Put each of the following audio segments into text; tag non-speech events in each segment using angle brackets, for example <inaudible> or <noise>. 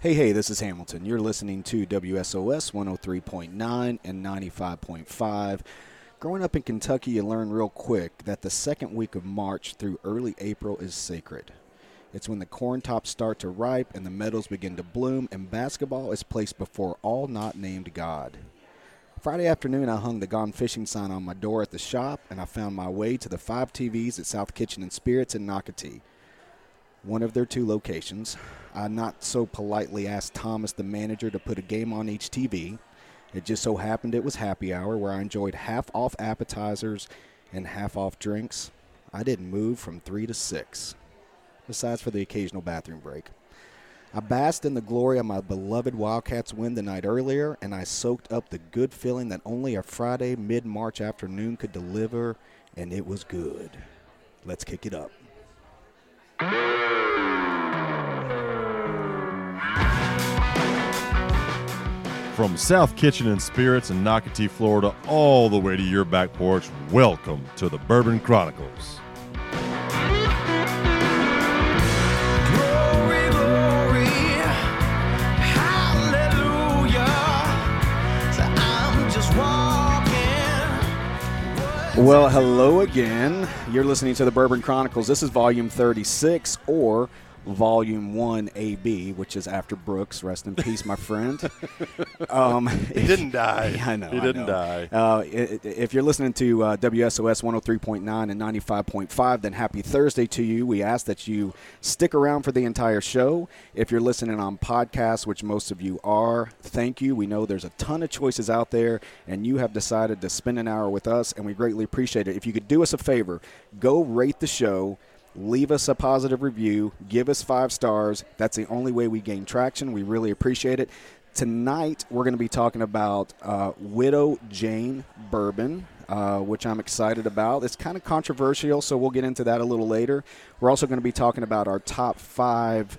Hey, hey, this is Hamilton. You're listening to WSOS 103.9 and 95.5. Growing up in Kentucky, you learn real quick that the second week of March through early April is sacred. It's when the corn tops start to ripe and the meadows begin to bloom, and basketball is placed before all not named God. Friday afternoon, I hung the Gone Fishing sign on my door at the shop, and I found my way to the five TVs at South Kitchen and Spirits in Nocatee one of their two locations. I not so politely asked Thomas, the manager, to put a game on each TV. It just so happened it was happy hour where I enjoyed half off appetizers and half off drinks. I didn't move from 3 to 6, besides for the occasional bathroom break. I basked in the glory of my beloved Wildcats win the night earlier, and I soaked up the good feeling that only a Friday mid March afternoon could deliver, and it was good. Let's kick it up. From South Kitchen and Spirits in Nocatee, Florida, all the way to your back porch, welcome to the Bourbon Chronicles. Glory, glory, hallelujah. So I'm just walking. Well, hello again. You're listening to the Bourbon Chronicles. This is volume 36 or volume 1AB, which is after Brooks. Rest in peace, my friend. Um, He <laughs> didn't die. I know. He I didn't know. die. Uh, i- i- if you're listening to uh, WSOS 103.9 and 95.5, then happy Thursday to you. We ask that you stick around for the entire show. If you're listening on podcasts, which most of you are, thank you. We know there's a ton of choices out there, and you have decided to spend an hour with us, and we greatly appreciate it. If you could do us a favor, go rate the show. Leave us a positive review. Give us five stars. That's the only way we gain traction. We really appreciate it. Tonight, we're going to be talking about uh, Widow Jane Bourbon, uh, which I'm excited about. It's kind of controversial, so we'll get into that a little later. We're also going to be talking about our top five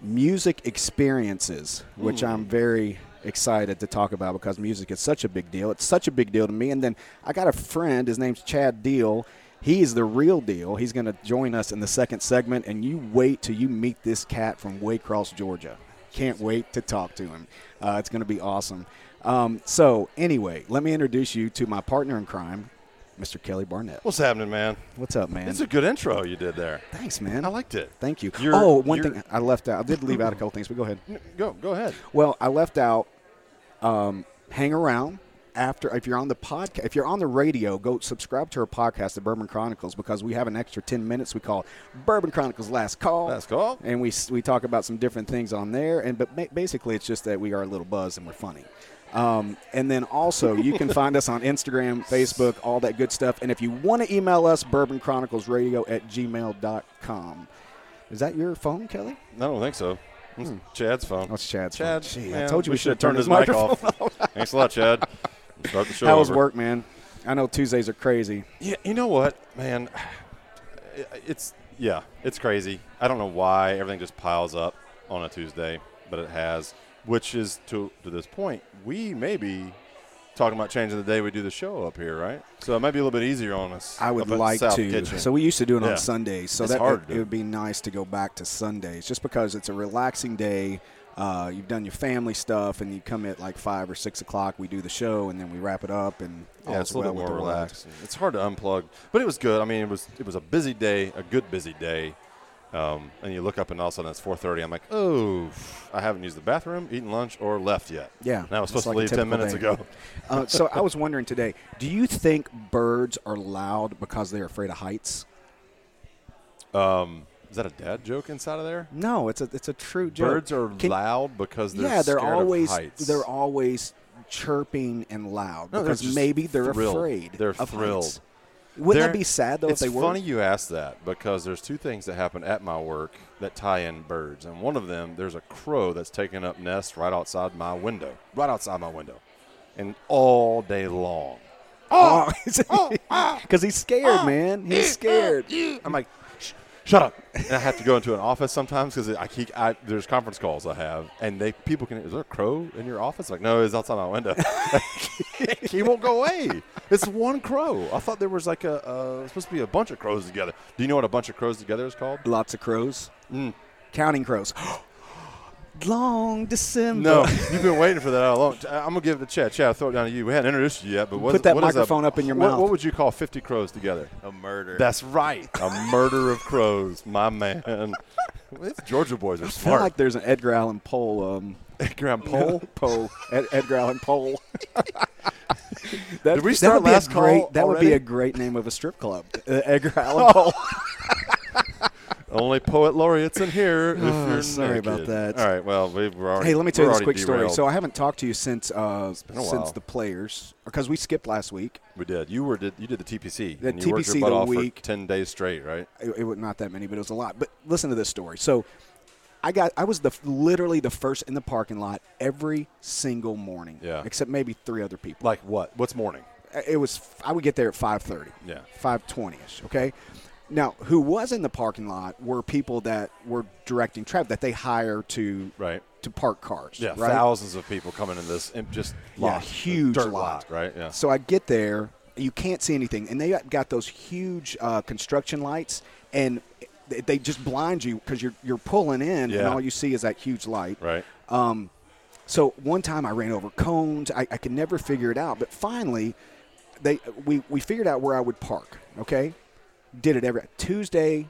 music experiences, which Hmm. I'm very excited to talk about because music is such a big deal. It's such a big deal to me. And then I got a friend, his name's Chad Deal. He's the real deal. He's going to join us in the second segment, and you wait till you meet this cat from Waycross, Georgia. Can't wait to talk to him. Uh, it's going to be awesome. Um, so, anyway, let me introduce you to my partner in crime, Mr. Kelly Barnett. What's happening, man? What's up, man? It's a good intro you did there. Thanks, man. I liked it. Thank you. You're- oh, one you're- thing I left out. I did leave out a couple things, but go ahead. Go, go ahead. Well, I left out. Um, hang around after if you're on the podcast. If you're on the radio, go subscribe to our podcast, The Bourbon Chronicles, because we have an extra ten minutes. We call Bourbon Chronicles Last Call. Last Call. and we s- we talk about some different things on there. And but ma- basically, it's just that we are a little buzz and we're funny. Um, and then also, you can find us on <laughs> Instagram, Facebook, all that good stuff. And if you want to email us, bourbonchroniclesradio at gmail.com. Is that your phone, Kelly? I don't think so. It's Chad's phone. That's Chad's phone. Chad, Oh, Gee, I man, told you we should've should've turned turned his his mic off. Thanks a lot, Chad. Start the show. How was over. work, man? I know Tuesdays are crazy. Yeah, you know what, man? It's yeah, it's crazy. I don't know why everything just piles up on a Tuesday, but it has, which is to to this point, we may be talking about changing the day we do the show up here, right? So it might be a little bit easier on us. I would up at like South to. Kitchen. So we used to do it Yeah. on Sundays. So It's that it, hard to do. it would be nice to go back to Sundays, just because it's a relaxing day. Uh, you've done your family stuff, and you come at like five or six o'clock. We do the show, and then we wrap it up, and yeah, Oh, all's it's a well little bit with more the world. relaxed. It's hard to unplug, but it was good. I mean, it was it was a busy day, a good busy day. Um, and you look up and all of a sudden it's 4:30. I'm like, oh, I haven't used the bathroom, eaten lunch, or left yet. Yeah, and I was it's supposed like to a leave 10 typical minutes day. ago. <laughs> Uh, so I was wondering today, do you think birds are loud because they're afraid of heights? Um, is that a dad joke inside of there? No, it's a it's a true joke. Birds are Can- loud because they're yeah, they're scared of always heights. they're always chirping and loud No, they're because just maybe they're thrilled. afraid. They're of heights. thrilled. Wouldn't They're- that be sad though It's if they were? funny you ask that because there's two things that happen at my work that tie in birds, and one of them there's a crow that's taking up nests right outside my window, right outside my window, and all day long. Oh, <laughs> because he's scared, man. He's scared. I'm like, Shh, shut up. And I have to go into an office sometimes because I keep I, there's conference calls I have, and they people can. Is there a crow in your office? Like, no, it's outside my window. <laughs> he won't go away. It's one crow. I thought there was like a uh, supposed to be a bunch of crows together. Do you know what a bunch of crows together is called? Lots of crows. Counting crows. <gasps> long December. No, <laughs> you've been waiting for that all along. I- I'm gonna give it to Chad. Chad, I'll throw it down to you. We hadn't introduced you yet, but what, Put that what is microphone a, up in your what- mouth. What would you call 50 crows together? A murder. That's <laughs> right, a murder of crows, my man. <laughs> These Georgia boys are I feel smart. like there's an Edgar Allan Poe. Um, <laughs> Graham Pole. Poe. Ed, Edgar Allan Poe. that, Did we that start would be a last call great- That would be already? a great name of a strip club. Uh, Edgar Allan Poe. Only poet laureates in here. if Oh, you're sorry about naked. that. All right, well, we we're already. Hey, let me tell you we're this already quick story. derailed. So I haven't talked to you since uh, been a since while. the players because we skipped last week. we did. You were did you did the TPC? The and you worked TPC your butt the off week. for ten days straight, right? It, it was not that many, but it was a lot. But listen to this story. So I got I was the literally the first in the parking lot every single morning. Yeah. Except maybe three other people. Like what? What's morning? it was I would get there at 5:30. Yeah. 5:20 ish. Okay. Now, who was in the parking lot were people that were directing traffic that they hire to Right. to park cars. Yeah, right? thousands of people coming in this and just Yeah, lot, huge dirt lot. lot, right? Yeah. So I get there, you can't see anything, and they got- got those huge uh, construction lights, and they- they just blind you because you're you're pulling in, and Yeah. all you see is that huge light. Right. So one time I ran over cones. I, I could never figure it out. But finally, they we, we figured out where I would park. Okay, did it every Tuesday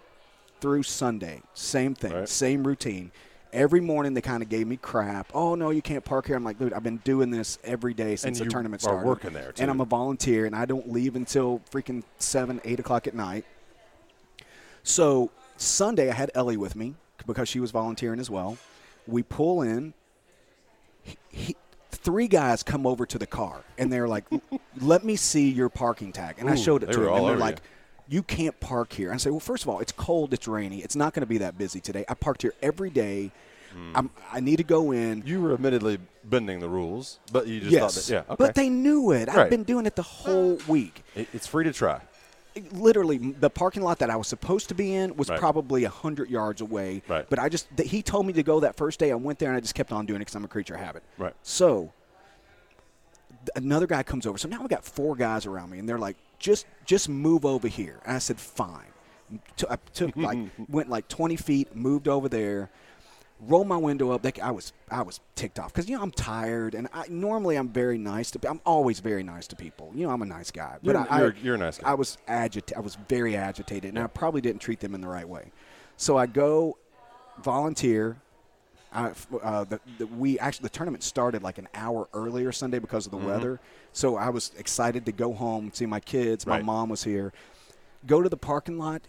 through Sunday. Same thing, Right. same routine. Every morning they kind of gave me crap. Oh no, you can't park here. I'm like, dude, I've been doing this every day since you the tournament are started. working there, too. and I'm a volunteer, and I don't leave until freaking seven, eight o'clock at night. So Sunday, I had Ellie with me because she was volunteering as well. We pull in. He, he, three guys come over to the car and they're like, "Let me see your parking tag." And I Ooh, showed it they to were them, all and they're over like. You can't park here. I say, well, first of all, it's cold, it's rainy, it's not going to be that busy today. I parked here every day. Hmm. I'm, I need to go in. You were admittedly bending the rules, but you just yes, thought that, yeah, okay. but they knew it. I've Right. been doing it the whole week. It- it's free to try. literally the parking lot that I was supposed to be in was Right. probably a hundred yards away. Right. But I just th- he told me to go that first day. I went there and I just kept on doing it because I'm a creature of habit. Right. So th- another guy comes over. So now we got four guys around me, and they're like, "Just just move over here." And I said, "Fine." T- I <laughs> took like went like 20 feet, moved over there. Rolled my window up. Like I was, I was ticked off because you know I'm tired, and I normally I'm very nice to. I'm always very nice to people. You know I'm a nice guy, but You're- I, you're- I, you're a nice guy. I was agitated. I was very agitated, and I probably didn't treat them in the right way. So I go volunteer. I, uh, the, the, we actually the tournament started like an hour earlier Sunday because of Mm-hmm. the weather. So I was excited to go home, see my kids. My Right. mom was here. Go to the parking lot.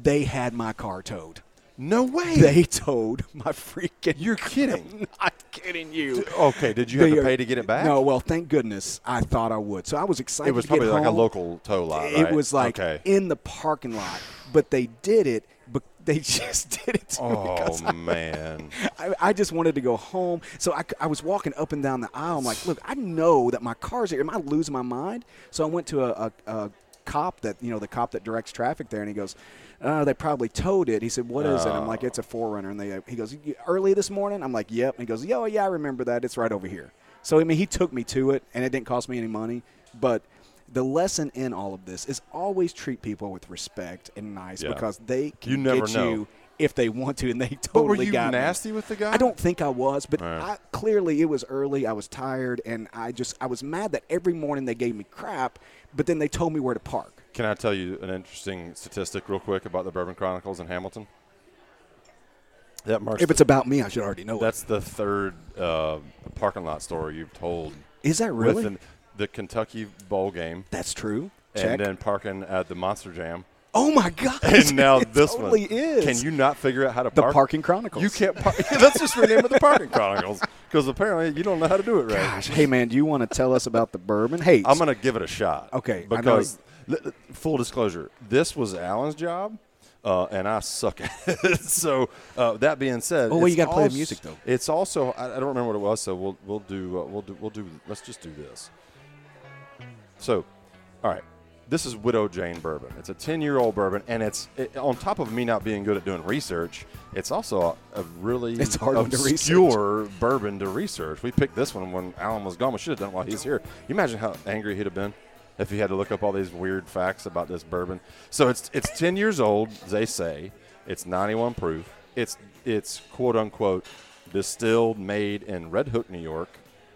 They had my car <laughs> towed. No way. They towed my freaking. You're kidding. I'm kidding you. okay, did you <laughs> have They to are- pay to get it back? No, well, thank goodness I thought I would. So I was excited. It was to get probably like a home. local tow lot. It right? was like okay. in the parking lot, but they did it. But they <laughs> just did it to me <laughs> Oh because man. I, I just wanted to go home. So I, c- I was walking up and down the aisle. I'm like, look, I know that my car's here. Am I losing my mind? So I went to a, a, a cop that, you know, the cop that directs traffic there, and he goes, uh, they probably towed it. He said, what is it? I'm like, Oh. it's a forerunner. And they, he goes, "You- early this morning? I'm like, yep. And he goes, yo, yeah, I remember that. It's right over here. So, I mean, he took me to it, and it didn't cost me any money. But the lesson in all of this is always treat people with respect and nice Yeah. because they can You never get know. you if they want to, and they <laughs> totally But were you got me. nasty with the guy? I don't think I was, but Right. I, clearly it was early. I was tired, and I just I was mad that every morning they gave me crap, but then they told me where to park. Can I tell you an interesting statistic real quick about the Bourbon Chronicles in Hamilton? That marks If it's about me, I should already know. that's the third uh, parking lot story you've told. Is that really? Within the Kentucky bowl game. it. That's true. Check. and then parking at the Monster Jam. oh my god! <laughs> And now It this totally one. is. Can you not figure out how to The park? Parking Chronicles. You can't park. <laughs> Let's just rename it the Parking Chronicles because apparently you don't know how to do it right. Gosh, hey man, do you want to tell us about the bourbon? Hey, I'm gonna give it a shot. Okay, I know- Because l- l- full disclosure, this was Alan's job, uh, and I suck at <laughs> it. so uh, that being said, Oh, well, you it's gotta play the als- music, though. It's also I, I don't remember what it was. So we'll we'll do uh, we'll do we'll do. Let's just do this. So, all right. This is Widow Jane bourbon. It's a 10 year old bourbon, and it's it, on top of me not being good at doing research, it's also a, a really It's a hard one to research. obscure bourbon to research. We picked this one when Alan was gone. We should have done it while he's here. You imagine how angry he'd have been if he had to look up all these weird facts about this bourbon. So it's it's 10 years old, they say. It's 91 proof. It's it's quote unquote distilled, made in Red Hook, New York.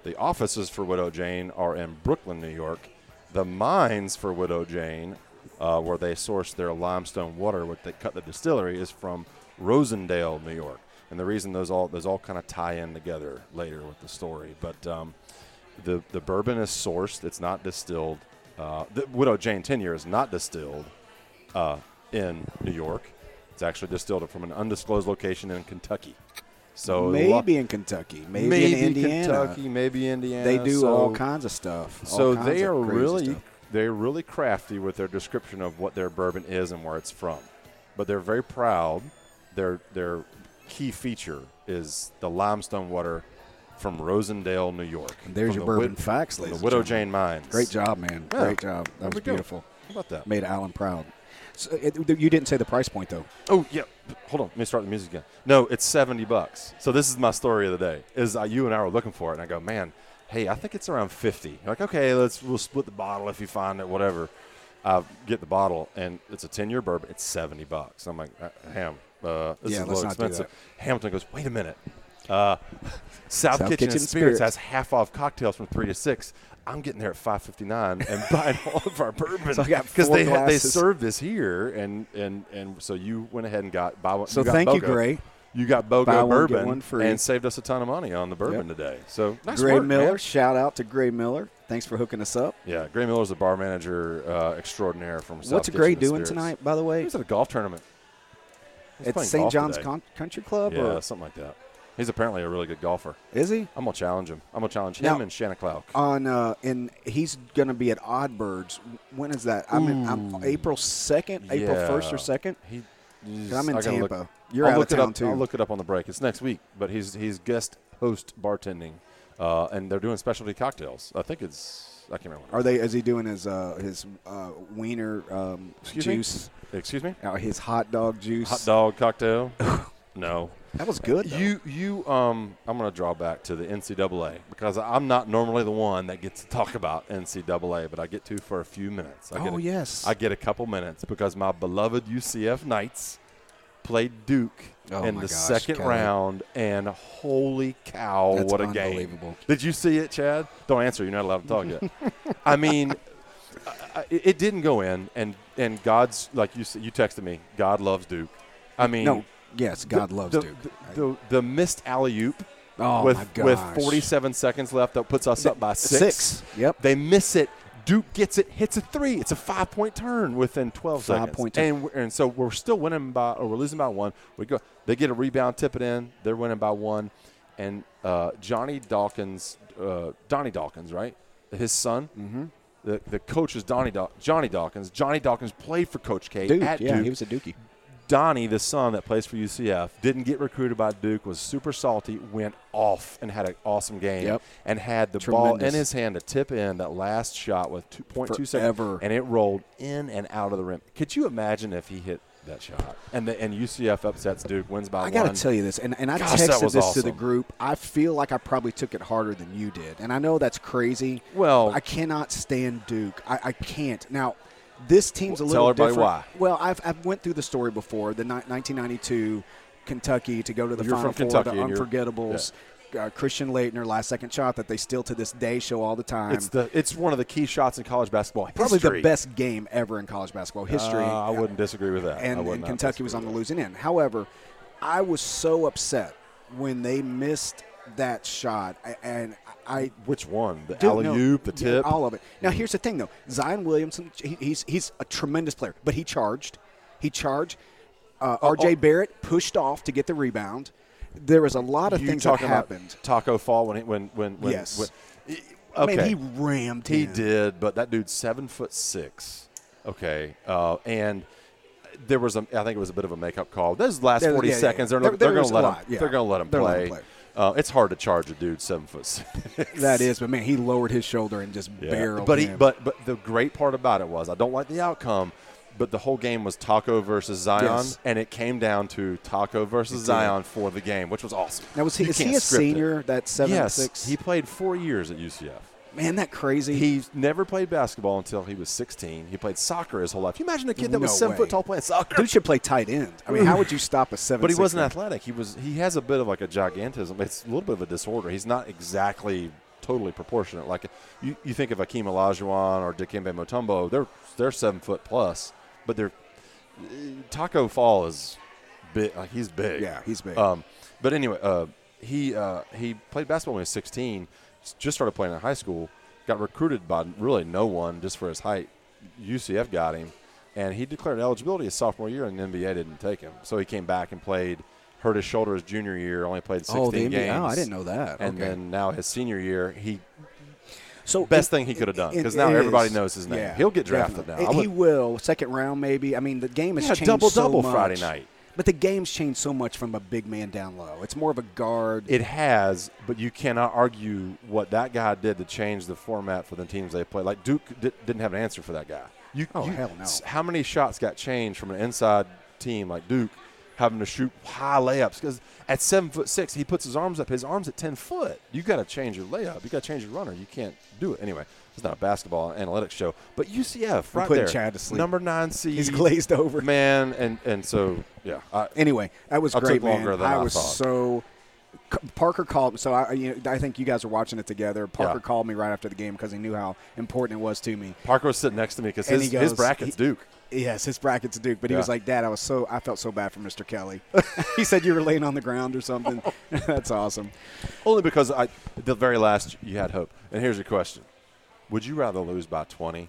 The offices for Widow Jane are in Brooklyn, New York. The mines for Widow Jane, uh, where they source their limestone water, which they cut the distillery, is from Rosendale, New York. And the reason those all those all kind of tie in together later with the story, but um, the the bourbon is sourced; it's not distilled. Uh, the Widow Jane tenure is not distilled uh, in New York. It's actually distilled from an undisclosed location in Kentucky. So lo- maybe in Kentucky, maybe, in Indiana. Kentucky, maybe Indiana. They do so, all kinds of stuff. all So kinds they of are crazy really stuff. they're really crafty with their description of what their bourbon is and where it's from. But they're very proud. Their their key feature is the limestone water from Rosendale, New York. And there's from your the bourbon Wid- facts, from ladies and The Widow gentlemen. Jane Mines. Great job, man. Yeah. Great job. There That we was go. beautiful. How about that? Made Alan proud. So it, you didn't say the price point though. Oh yeah. Hold on. Let me start the music again. No, it's seventy bucks. So this is my story of the day. Is uh, you and I were looking for it, and I go, man, hey, I think it's around 50 You're like, okay, let's we'll split the bottle if you find it, whatever. I get the bottle, and it's a ten-year bourbon. It's seventy bucks. I'm like, uh, ham. Uh, this Yeah, is a let's not little do expensive. Hamilton goes, wait a minute. Uh, <laughs> South, Kitchen, and Spirits has half off cocktails from three to six. I'm getting there at five fifty nine and <laughs> buying all of our bourbon So I got because four they had, they glasses. served this here and and and so you went ahead and got buy one. So got thank you, BOGO. Gray. You got BOGO Buy one, get bourbon one free. and saved us a ton of money on the bourbon Yep. today. So nice Gray work, man. Miller. Shout out to Gray Miller. Thanks for hooking us up. Yeah, Gray Miller's the bar manager uh, extraordinaire from South What's Kitchen Gray and doing Spirits. tonight, by the He way? was at a golf tournament. He was At playing St. golf John's today. Con- Country Club, Yeah, or something like that. He's apparently a really good golfer. is he? I'm gonna challenge him. I'm gonna challenge Now- him and Shannon Cloud. On uh, and he's going to be at Oddbirds. When is that? I'm, in, I'm Ooh. April second, April first or Hmm. Yeah. second. He, 'Cause I'm in I gotta look- Tampa. You're I'll out look of it town up, too. I'll look it up on the break. It's next week, but he's he's guest host bartending, uh, and they're doing specialty cocktails. I think it's I can't remember. Are they? Is he doing his uh, his uh, wiener um, Excuse me? juice? Excuse me. Uh, his hot dog juice. Hot <laughs> dog cocktail. no. That was good. though. You you um I'm gonna draw back to the NCAA because I'm not normally the one that gets to talk about NCAA, but I get to for a few minutes. I get oh a, yes. I get a couple minutes because my beloved UCF Knights played Duke Oh in my the gosh, second Kelly. round, and holy cow, That's Oh, what a game! unbelievable. Did you see it, Chad? Don't answer. You're not allowed to talk <laughs> yet. I mean, I, I- it didn't go in, and and God's like you s- you texted me. God loves Duke. I mean, No. Yes, God loves the, Duke. The, the, the missed alley oop oh with my gosh. with 47 seconds left that puts us up by six. Yep. they miss it. Duke gets it, hits a three. It's a five-point turn within 12 Five seconds. point turn. and we're- and so we're still winning by, or we're losing by one. We go. They get a rebound, tip it in. They're winning by one, and uh, Johnny Dawkins, uh, Donnie Dawkins, right? His son. Mm-hmm. The, the coach is Donnie Daw- Johnny Dawkins. Johnny Dawkins played for Coach K Duke. at yeah, Duke. he was a Dookie. Donnie, the son that plays for UCF, didn't get recruited by Duke, was super salty, went off and had an awesome game, Yep. and had the ball in Tremendous. his hand to tip in that last shot with Forever. 2.2 seconds, and it rolled in and out of the rim. Could you imagine if he hit that shot? And the, and UCF upsets Duke, wins by I one. gotta tell you this, and, and I Gosh, that texted was this to the awesome. group. I feel like I probably took it harder than you did, and I know that's crazy. Well- I cannot stand Duke. I, I can't now. This team's a Well, little tell everybody different. why. Well, I've, I've went through the story before. The ni- 1992 Kentucky to go to the You're Final from Four, Kentucky, the and you're- Unforgettables. Uh, Christian Leitner, last second shot that they still to this day show all the time. it's the it's one of the key shots in college basketball probably history. the best game ever in college basketball history. Uh, I wouldn't disagree with that. I and, would and not Kentucky disagree was on with the that. losing end. However, I was so upset when they missed that shot, I- and I. Which one? The Dude, no, alley oop, the yeah, tip. all of it. Now here's the thing, though. Zion Williamson, he, he's he's a tremendous player, but he charged, he charged. Oh, Uh, R.J. Barrett pushed off to get the rebound. There was a lot of you things that talking about happened. Taco fall when he, when when when Yes. when- okay. Man, he rammed He him. did, but that dude's seven foot six. Okay, uh, and there was a I think it was a bit of a makeup call. Those last There- forty yeah, yeah, seconds, yeah. they're, There- they're there going was a to let him. lot, yeah. They're going to let him They're play. letting him play. Uh, it's hard to charge a dude seven foot six. <laughs> That is, but man, he lowered his shoulder and just barreled But he, him. but but the great part about it was I don't like the outcome, but the whole game was Taco versus Zion, Yes. and it came down to Taco versus Zion for the game, which was awesome. now was he, You is can't he a script it. senior? That seven yes, six. he played four years at UCF. Man, that crazy. He's never played basketball until he was 16. He played soccer his whole life. Can you imagine a kid that was No seven way. foot tall playing soccer? Dude should play tight end. I mean, how would you stop a seven? <laughs> but he wasn't sixer? athletic. He was. He has a bit of like a gigantism. It's a little bit of a disorder. He's not exactly totally proportionate. Like you, you think of Akeem Olajuwon or Dikembe Mutombo. They're they're seven foot plus, but they're Taco Fall is big. Like he's big. Yeah, he's big. Um, but anyway, uh, he uh, he played basketball when he was 16. s- Just started playing in high school. Got recruited by really no one just for his height. UCF got him, and he declared eligibility his sophomore year, and the NBA didn't take him. So he came back and played. Hurt his shoulder his junior year. Only played 16 Oh, the NBA. games. Oh, I didn't know that. And Okay. then now his senior year, he So best it- thing he could have done it- because it now is. everybody knows his name. Yeah, He'll get drafted definitely. now. I He- would- he will second round maybe. I mean, the game has Yeah, changed double so double much. Friday night. But the game's changed so much from a big man down low. It's more of a guard. It has, but you cannot argue what that guy did to change the format for the teams they play. Like Duke di- didn't have an answer for that guy. You, Oh, you- hell no. s- How many shots got changed from an inside team like Duke having to shoot high layups? Because at seven foot six, he puts his arms up. His arms at ten foot. You got to change your layup. You got to change your runner. You can't do it anyway. It's not a basketball analytics show, but UCF right putting there, Chad to sleep. number nine seed. He's glazed over. man, and and so yeah, I, Anyway, that was I took great, man. longer than I was thought. so. C- Parker called, so I, you know, I think you guys are watching it together. Parker called me right after the game because he knew how important it was to me. Parker was sitting next to me because And his, he his goes- bracket's he- Duke. Yes, his bracket's Duke, but he Yeah. was like, "Dad, I was so I felt so bad for Mr. Kelly." <laughs> he said you were laying on the ground or something. Oh. <laughs> That's awesome. Only because I, the very last you had hope. And here's your question: Would you rather lose by 20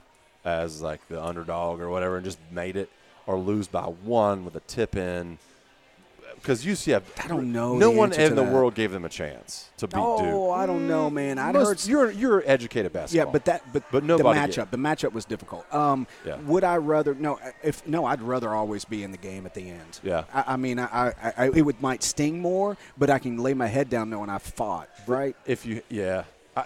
as like the underdog or whatever, and just made it, or lose by one with a tip in? Because UCF, I don't know No the one answer in to the that. world gave them a chance to beat Oh, Duke. I don't know, man. I Most- heard s- you're you're educated Yeah, basketball. but that but, But the nobody matchup did. the matchup was difficult. Um, Yeah. would I rather no if no I'd rather always be in the game at the end. Yeah. I, I mean I, I, I it would might sting more, but I can lay my head down knowing I fought. Right. if you yeah I,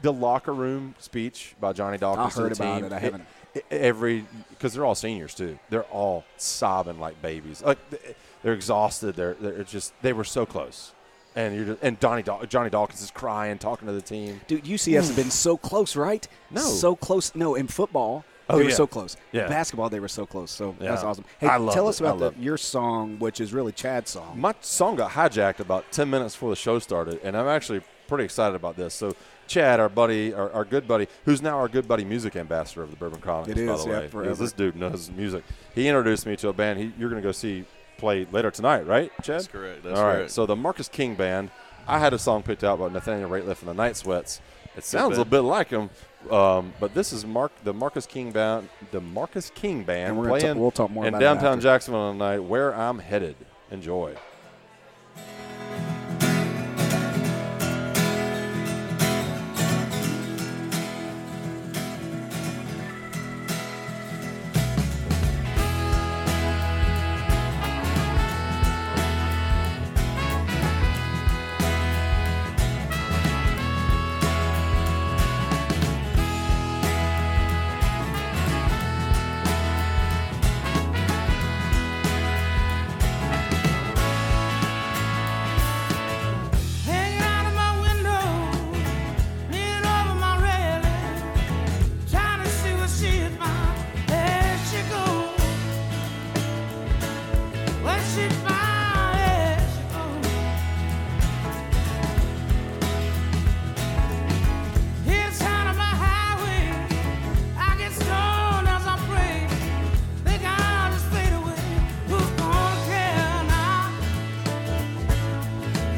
the locker room speech by johnny dawkins to heard the about team, it. I haven't- it- e, every because they're all seniors too they're all sobbing like babies like th- they're exhausted they're, they're just they were so close and you're just, and Donnie Daw- johnny dawkins is crying talking to the team Dude, UCF's been so close, right? Hmm. No. So close. No, in football, Oh, they were yeah. so close. Yeah. Basketball, they were so close. So that's Yeah. awesome. Hey, I loved tell it. us about I the, loved it. your song, which is really Chad's song. my song got hijacked about 10 minutes before the show started and i'm actually pretty excited about this so chad our buddy our, our good buddy who's now our good buddy music ambassador of the bourbon chronicles It by is, the yeah, way forever. this dude knows music he introduced me to a band he, you're going to go see play later tonight right chad That's correct. That's all right right. so the marcus king band i had a song picked out by nathaniel rateliff and the night sweats it sounds a little band. bit like him um, but this is Mark, the Marcus King band, the Marcus King band And we're gonna ta- playing we'll talk more in about it downtown after. Jacksonville tonight. Where I'm headed. Enjoy. Hanging out of my window, leaning over my railing, trying to see what she found. There she goes. What she found? There she goes. Here's out of my highway. I get stoned as I pray. Think I'll just fade away. Who's gonna care now?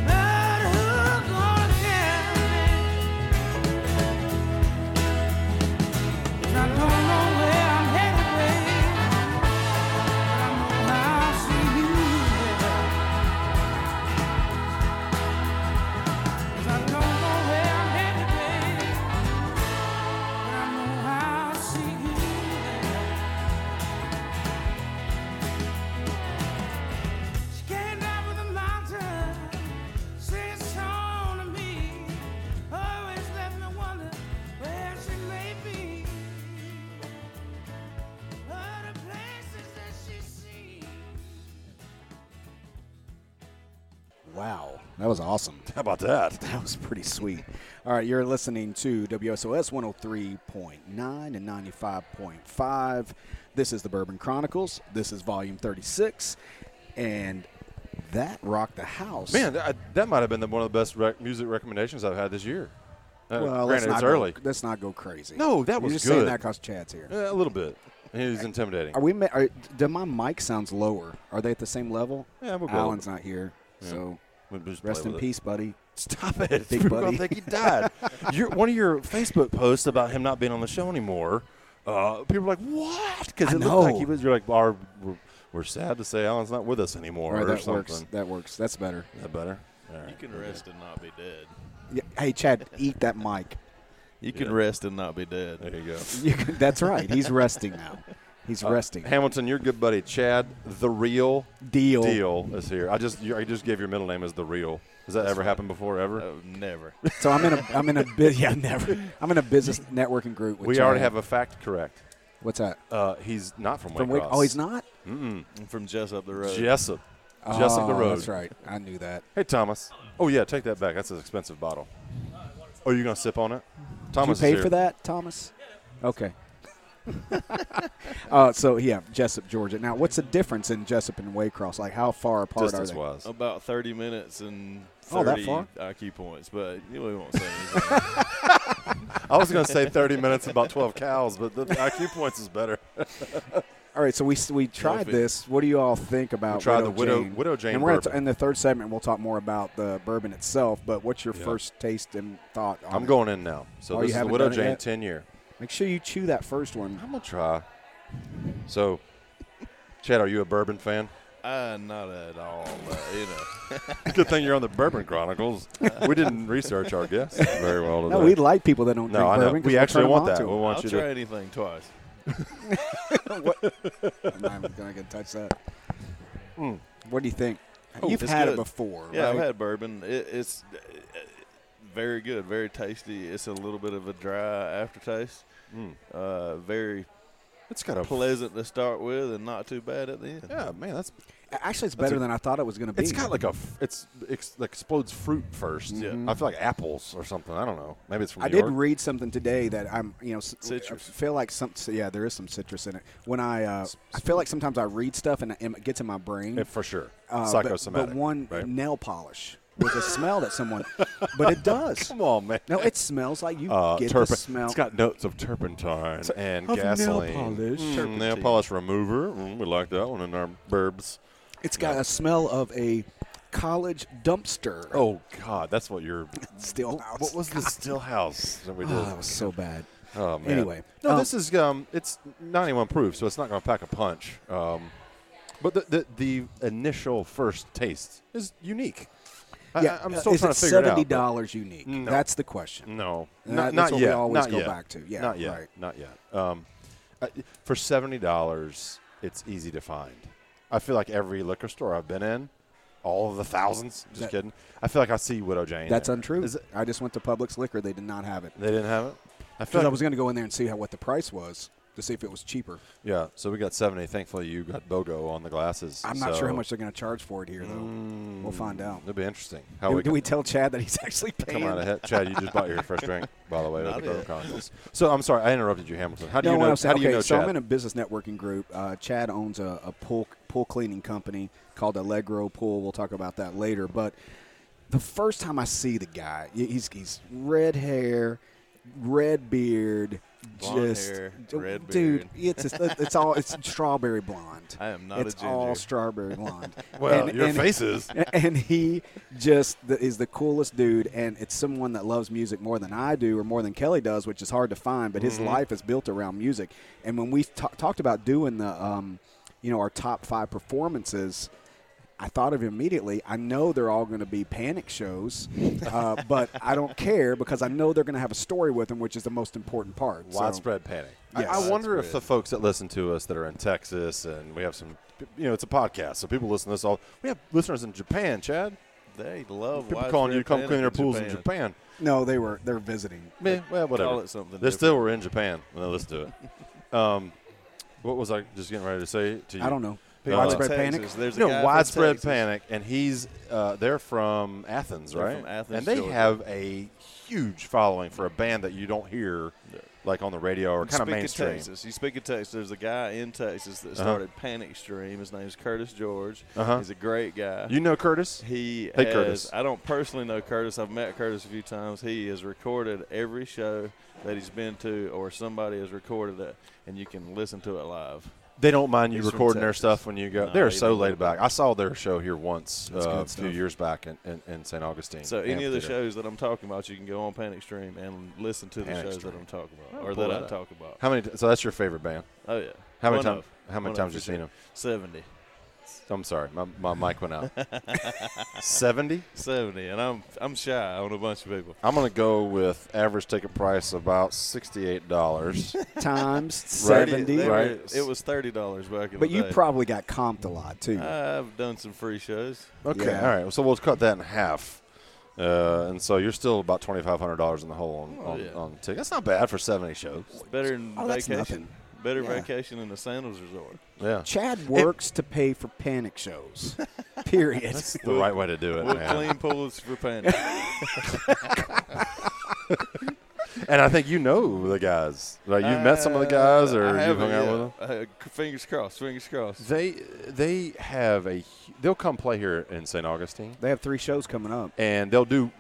But who's gonna care? I don't know where I'm headed, babe. But I know I'll see you there. 'Cause I don't know where I'm headed, babe. But I know I'll see you there. She came down with a mountain. She's shown to me, always left me wonder where she may be. Other places that she's seen. Wow. That was awesome. <laughs> How about that? That was pretty sweet. All right, you're listening to WSOS 103.9 and 95.5. This is the Bourbon Chronicles. This is volume 36. And that rocked the house. Man, that, I- that might have been the, one of the best rec- music recommendations I've had this year. Uh, well, let's granted, not it's go, early. Let's not go crazy. No, that You're was just saying good. that because Chad's here. Eh, a little bit. He's intimidating. Are we? ma- Are, do my mic sounds lower? Are they at the same level? Yeah, we'll go Alan's with not here, so We'll just play rest in with it. peace, buddy. <laughs> Stop it. <laughs> Big People buddy. think <laughs> he died. your, one of your Facebook posts about him not being on the show anymore, uh, people were like, what? Because I it looked like know. he was. You're like, "Our- we're, we're sad to say Alan's not with us anymore All right, or that something. works. That works. That's better. Is that better? All right. You can rest and not be dead. Yeah, Hey, Chad, eat that mic. <laughs> You can Yeah. rest and not be dead. There you go. You can, that's right. He's resting now. He's Uh, resting. Hamilton, your good buddy Chad, the real Deal. deal is here. I just you, I just gave your middle name as the real. Has that ever happened before? Ever? Uh, Oh, never. <laughs> So I'm in a I'm in a <laughs> bu- yeah never I'm in a business networking group. With we already have a fact correct. what's that Uh, he's not from, from? Wake, Waycross. oh, he's not. I'm from just up the road. Jessup. Jessup the Oh, road. That's right. I knew that. Hey Thomas. Oh yeah, take that back. That's an expensive bottle. Oh, you gonna sip on it? Thomas, Did you is pay here. for that, Thomas? Okay. <laughs> uh, so yeah, Jessup, Georgia. Now, what's the difference in Jessup and Waycross? Like, how far apart Distance are they? wise. About 30 minutes and Oh, that 30 far? IQ points, but you really won't say <laughs> anything. I was gonna say 30 minutes, about 12 cows, but the IQ points is better. All right, so we we tried Elephant. this. What do you all think about tried Widow the Widow- Jane? Widow Jane And we're gonna t- bourbon. in the third segment. We'll talk more about the bourbon itself. But what's your Yeah. first taste and thought? On I'm it? going in now. So Oh, you this is the haven't Widow done it Jane yet? 10 year. Make sure you chew that first one. I'm gonna try. So, Chad, are you a bourbon fan? uh, not at all, but, you know. Good thing you're on the Bourbon Chronicles. we didn't research our guests very well today. No, we like people that don't No, drink I know. bourbon. 'cause We we'll actually turn 'em want on that. to 'em. We'll want I'll you try to. anything twice. I'm Oh. not even gonna get touch that. Hmm. What do you think? Oh, You've it's had it good. before, Yeah, I've right? had bourbon. It, it's uh, very good, very tasty. It's a little bit of a dry aftertaste. Mm. Uh, very It's got a pleasant to start with and not too bad at the end. Yeah, man, that's. Actually, it's better a- than I thought it was going to be. It's got like a. f- It's ex, like explodes fruit first. Yeah. I feel like apples or something. I don't know. Maybe it's from I New did York. read something today that I'm, you know, s- Citrus. I feel like some, yeah, there is some citrus in it. When I, uh, I feel like sometimes I read stuff and it gets in my brain. Yeah, for sure. Uh, but- Psychosomatic. But one right? nail polish with a smell that someone, but it does. <laughs> Come on, man. No, it smells like you Uh, get turpent- the smell. It's got notes of turpentine and of nail gasoline. polish. Mm, nail Turpentine. polish remover. Mm, we like that one in our burbs. it's got a smell of a college dumpster. Oh God, that's what <laughs> you're. still out. What was the still house that we did? Oh, that was so bad. Oh, man. Anyway, no, um, this is um, it's 91 proof, so it's not going to pack a punch. Um, but the, the the initial first taste is unique. I- I, am uh, still is trying it to figure it out. seventy but Mm, dollars unique? No. That's the question. No, And not, that- not that's what we yet. always not go yet. back to. Yeah, not yet. right. Not yet. Um, I, for seventy dollars, it's easy to find. I feel like every liquor store I've been in, all of the thousands. Just That- kidding. I feel like I see Widow Jane. That's there. untrue. Mm, Is it- I just went to Publix liquor; they did not have it. they didn't have it. I feel Because like I was going to go in there and see how what the price was to see if it was cheaper. Yeah, so we got 70. Thankfully, you got BOGO on the glasses. I'm not sure how so- much they're going to charge for it here, though. we'll find out. It'll be interesting. How Do, we, do we tell Chad that he's <laughs> actually paying? come out ahead? Chad, you just bought your <laughs> first drink, by the way, with Not the Bourbon yet. Chronicles. So I'm sorry, I interrupted you, Hamilton. How do no, you what know? I'm How saying, do okay, you know so Chad? I'm in a business networking group. Uh, Chad owns a, a pool pool cleaning company called Allegro Pool. We'll talk about that later. But the first time I see the guy, he- he's he's red hair, red beard, Blonde just hair, d- red dude. beard. It's just- it's all it's strawberry blonde. <laughs> I am not a It's all ginger. strawberry blonde. <laughs> well, And- your and- faces. and he just th- is the coolest dude and it's someone that loves music more than i do or more than kelly does which is hard to find but Mm-hmm. his life is built around music and when we ta- talked about doing the um, you know our top five performances I thought of him immediately. I know they're all going to be panic shows, <laughs> uh, but I don't care because I know they're going to have a story with them, which is the most important part. <laughs> So- Widespread panic. I- Yes. I, wonder if the folks that listen to us that are in Texas and we have some, you know, it's a podcast, so people listen to us all. We have listeners in Japan, Chad. They love People calling you to come widespread clean their panic pools in Japan. No, they were they're visiting. Meh, well, whatever. call it something They still <laughs> were in Japan when they listened to it. um, what was I just getting ready to say to you? I don't know. People Widespread in panic? Texas, There's a guy no, from widespread Texas. panic, and he's uh, they're from Athens, They're right? from Athens, and they Georgia. have a huge following for a band that you don't hear like on the radio or kind of speak mainstream. Of Texas. You speak of Texas. There's a guy in Texas that started Panic Stream. His name's Curtis George. Uh-huh. He's a great guy. You know Curtis? he Hey, has- Curtis. I don't personally know Curtis. I've met Curtis a few times. He has recorded every show that he's been to, or somebody has recorded it, and you can listen to it live. They don't mind you He's from recording their Texas. stuff when you go. No, They're they so don't. laid back. I saw their show here once uh, That's good a few stuff. years back in, in, in St. Augustine. So any of the Amphitheater. shows that I'm talking about, you can go on Panic Stream and listen to Panic the shows Stream. that I'm talking about, I'll or pull that that I up. talk about. How many? So that's your favorite band? Oh yeah. How many One times? of- How many one times of you for seen sure. them? Seventy. I'm sorry, my, my mic went out. <laughs> Seventy. 70, and I'm I'm shy on a bunch of people. I'm gonna go with average ticket price about sixty-eight dollars. <laughs> times Right. 70. They were- Right. It was thirty dollars back in But the you day. probably got comped a lot, too. I've done some free shows. Uh, okay, Yeah. all right. So we'll cut that in half, uh, and so you're still about twenty-five hundred dollars in the hole on Oh, on, yeah. on ticket. That's not bad for seventy shows. It's better than Oh, that's vacation. Better Yeah. vacation than a sandals resort. Yeah, Chad works to pay for panic <laughs> shows. Period. that's the right way to do it, With man. clean pools <laughs> for pants. And I think you know the guys. Like you've met some of the guys, Uh, I or you've haven't hung out yet. with them. Uh, fingers crossed. Fingers crossed. They they have a hu- they'll come play here in St. Augustine, They have three shows coming up. and they'll do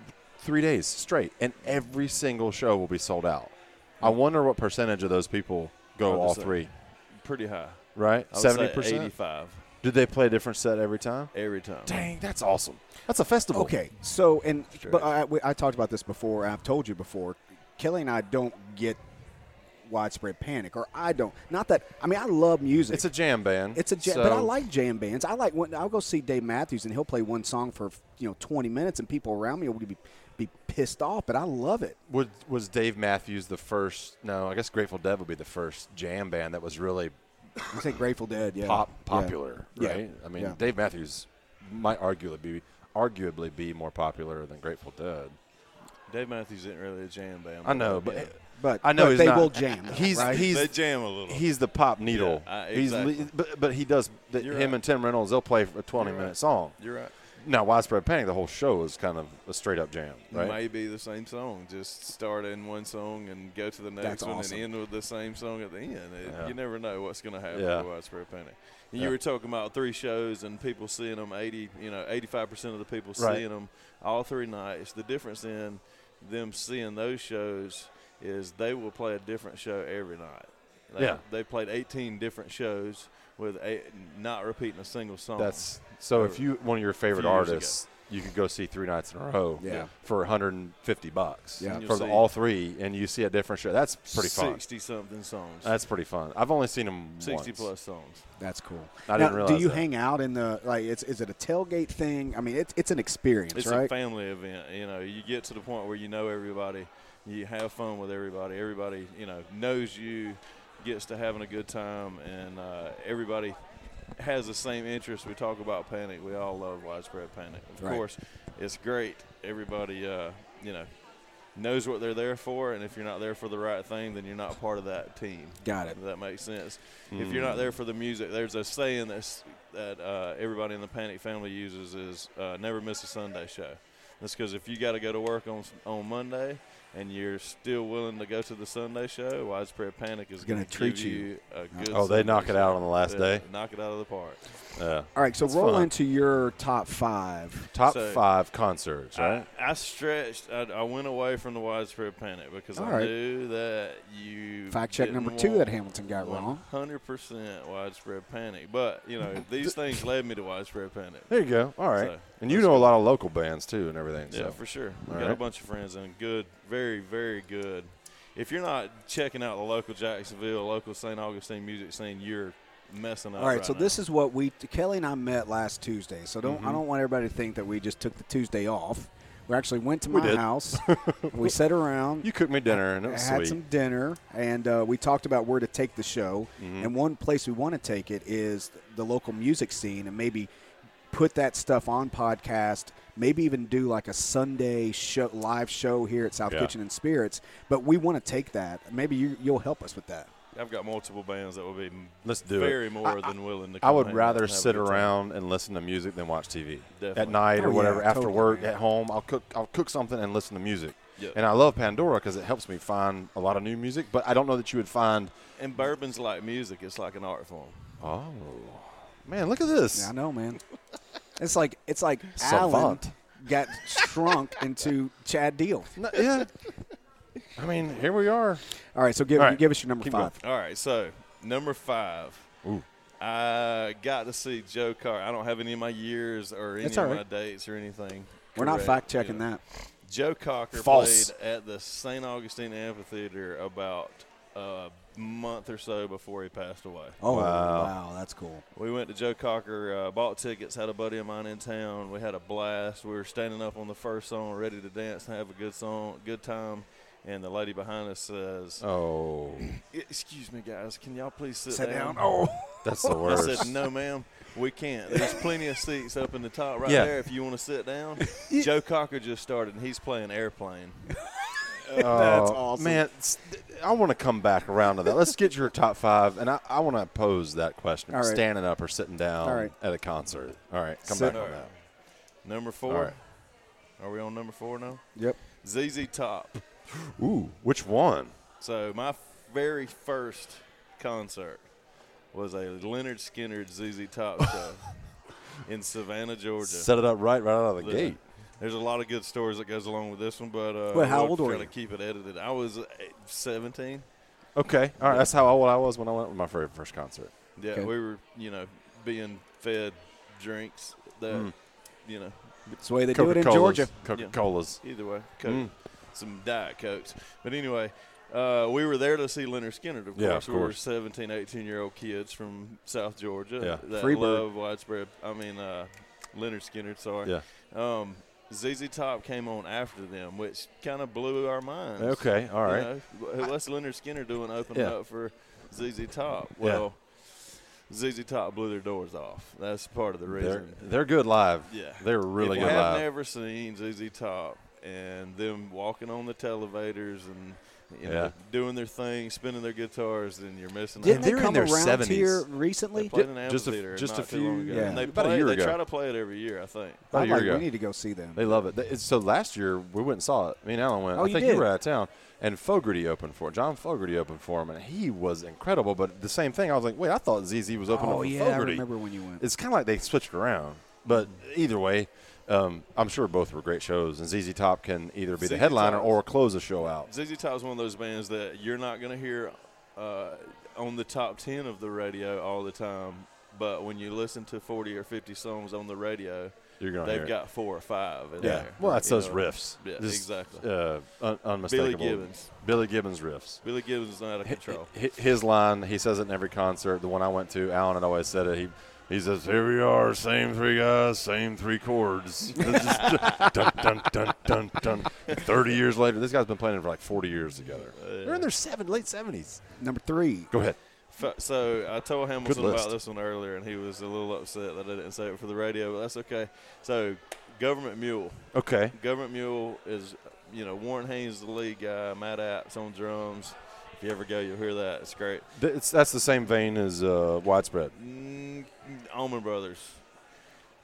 three days straight, and every single show will be sold out. I wonder what percentage of those people I go would all say- three. Pretty high. Right, I would say seventy percent. Eighty-five Did they play a different set every time? every time. Dang, that's awesome. That's a festival. Okay, so and Sure. but I, we- I talked about this before. I've told you before. Kelly and I don't get widespread panic, or I don't. Not that I mean, I love music. it's a jam band. It's a jam, but I so- like jam bands. I like when I'll go see Dave Matthews and he'll play one song for you know twenty minutes, and people around me will be be pissed off. But I love it. Would, was Dave Matthews the first? No, I guess Grateful Dead would be the first jam band that was really I say Grateful Dead, yeah, pop Yeah. popular, Yeah. right? I mean, Yeah. Dave Matthews might arguably be arguably be more popular than Grateful Dead. Dave Matthews isn't really a jam band. I know, but Yeah. But I know but he's they not- will jam. though, he's right? he's they jam a little. he's the pop needle. Yeah, I- He's le- exactly. but, but he does the, him You're right. and Tim Reynolds. They'll play a twenty You're minute right. song. You're right. Now, widespread panic. The whole show is kind of a straight up jam, right? Maybe the same song. Just start in one song and go to the next That's one awesome. and end with the same song at the end. It- Yeah. You never know what's going to happen Yeah. with widespread panic. And Yeah. You were talking about three shows and people seeing them. Eighty, you know, eighty-five percent of the people Right. seeing them all three nights. The difference in them seeing those shows is they will play a different show every night. They, Yeah. they played eighteen different shows with eight, not repeating a single song. That's so. If Over you one of your favorite few years ago. artists, you could go see three nights in a row. Yeah. For 150 bucks. Yeah. And you'll For see- all three, and you see a different show. That's pretty fun. Sixty something songs. That's pretty fun. I've only seen them Sixty once. plus songs. That's cool. I now, didn't realize do you that. hang out in the like? It's is it a tailgate thing? I mean, it's it's an experience, It's right? a family event. You know, you get to the point where you know everybody, you have fun with everybody. Everybody, you know, knows you, gets to having a good time, and uh, everybody has the same interest. We talk about panic. We all love widespread panic. Of Right. course, it's great. Everybody, uh, you know, knows what they're there for, and if you're not there for the right thing, then you're not part of that team. Got it. If that makes sense. If you're not there for the music, there's a saying that's, that uh, everybody in the Panic family uses is uh, never miss a Sunday show. That's because if you got to go to work on on Monday and you're still willing to go to the Sunday show, widespread panic is Gonna going to treat give you. Uh, you a good. Oh, they Sunday knock it show. out on the last Yeah, day. Knock it out of the park. Yeah. All right, so It's roll fun. into your top five. Top So- Ah. five concerts, right? I, I stretched. I, I went away from the widespread panic because All I right. knew that you Fact check number two that Hamilton got wrong. Hundred percent widespread panic, but you <laughs> know these things led me to widespread panic. there you go. All right. So, and you know a lot of local bands too, and everything. Yeah, so. for sure. All We got a right. bunch of friends and good, very, very good. If you're not checking out the local Jacksonville, local St. Augustine music scene, you're messing up. All right, so this is what we Kelly and I met last Tuesday. So don't Mm-hmm. I don't want everybody to think that we just took the Tuesday off. We actually went to my did. <laughs> house. we sat around. You cooked me dinner, and it I was had sweet. some dinner, and uh, we talked about where to take the show. Mm-hmm. And one place we want to take it is the local music scene, and maybe put that stuff on podcast. Maybe even do like a Sunday show, live show here at South Yeah. Kitchen and Spirits. But we want to take that. Maybe you, you'll help us with that. I've got multiple bands that would be m- Let's do it. very more than willing to. I come would hang out rather and have a sit good time. around and listen to music than watch TV at Definitely. night Oh, or yeah, whatever. After totally. work, at home, I'll cook. I'll cook something and listen to music. Yeah. And I love Pandora because it helps me find a lot of new music. But I don't know that you would find. And bourbon's like music; it's like an art form. Oh, man, look at this. Yeah, I know, <laughs> man. It's like it's like Alan Savant. got shrunk <laughs> into Chad Deal. No, yeah. I mean, here we are. All right, so give All right, give us your number keep five. All right, so number five. Ooh. I got to see Joe Carr. I don't have any of my years or any That's of all my right. dates or anything. We're not correct, fact checking yeah. that. Joe Cocker False. played at the St. Augustine Amphitheater about a month or so before he passed away. Oh wow, Wow. that's cool. We went to Joe Cocker, uh, bought tickets, had a buddy of mine in town. We had a blast. We were standing up on the first song, ready to dance and have a good song, good time. And the lady behind us says, "E-, Oh, "Excuse me, guys, can y'all please sit, Sit down. Oh, that's <laughs> the I worst. said, "No, ma'am, we can't. There's plenty of seats up in the top right Yeah. there if you want to sit down." Joe Cocker just started, and he's playing airplane. That's Oh, awesome. Man, s- I want to come back around to that. Let's get your top five, and I, I want to pose that question: All right. standing up or sitting down All right. at a concert. All right, come Sit- back on All right. that. Number All four. right. Are we on number four now? yep. ZZ Top. Ooh, which one? So my very first concert was a Leonard Skinner ZZ Top show in Savannah, Georgia. Set it up right, right out of the The- gate. There's a lot of good stories that goes along with this one, but uh, Wait, how we'll old were try you? to keep it edited. I was uh, 17. Okay, all right. That's how old I was when I went with my very first concert. Yeah, Okay. we were, you know, being fed drinks that, Mm. you know, That's the way they do it in Coca-Colas. Georgia. Coca-Colas. Either way, Coke. Mm. some Diet Cokes. But anyway, uh, we were there to see Leonard Skinner. Of Yeah, course, of we were course. 17, 18 year old kids from South Georgia Yeah. that Freebird. love widespread. I mean, uh, Leonard Skinner. Sorry. Yeah. Um, ZZ Top came on after them, which kind of blew our minds. Okay, all You right. know, wh- what's Leonard Skinner doing opening Yeah. up for ZZ Top? Yeah. Well, ZZ Top blew their doors off. That's part of the They're, reason. they're good live. Yeah. They're really if good you have live. never seen ZZ Top and them walking on the televators and you Yeah. know doing their thing, spinning their guitars, then you're missing Didn't out. they they're in come their around 70s. here They recently? played in an Just a- amphitheater just a not too long few- ago. yeah. And they About a play- year they ago. try to play it every year, I think. About a I'm year like, ago. we need to Oh, go see them. They love it. Th- It's, so last year we went and saw it. Me and Alan went. Oh, I you think did? you were out of town. And Fogarty opened for it. John Fogarty opened for him, and he was incredible. But the same thing, I was like, wait, I thought ZZ was opening oh for yeah, I Fogarty. remember when you went. It's kind of like they switched it around. But either way, um, I'm sure both were great shows. And ZZ Top can either be the ZZ headliner Top. or close the show out. ZZ Top is one of those bands that you're not going to hear uh, on the top 10 of the radio all the time. But when you listen to 40 or 50 songs on the radio, You're gonna hear they've it. got four or five in Yeah. there. Well, that's you those know. riffs. Yeah, Just, exactly. Uh, un- unmistakable. Gibbons. Billy Gibbons riffs. Billy Gibbons is not <laughs> out of control. Hi- His line, he says it in every concert. The one I went to, Alan had always said it. He he says, "Here we are, same three guys, same three chords." <laughs> It's just dun, dun, dun, dun, dun. Thirty years later, this guy's been playing it for like forty years together. They're in their seven, late seventies. Number three. Go ahead. F- So I told Hamilton list. about this one earlier, and he was a little upset that I didn't say it for the radio, but that's okay. So, Government Mule. Okay. Government Mule is, you know, Warren Haynes, the lead guy, Matt Apps on drums. If you ever go, you'll hear that. It's great. Th- It's, that's the same vein as uh, widespread. Mm, Allman Brothers.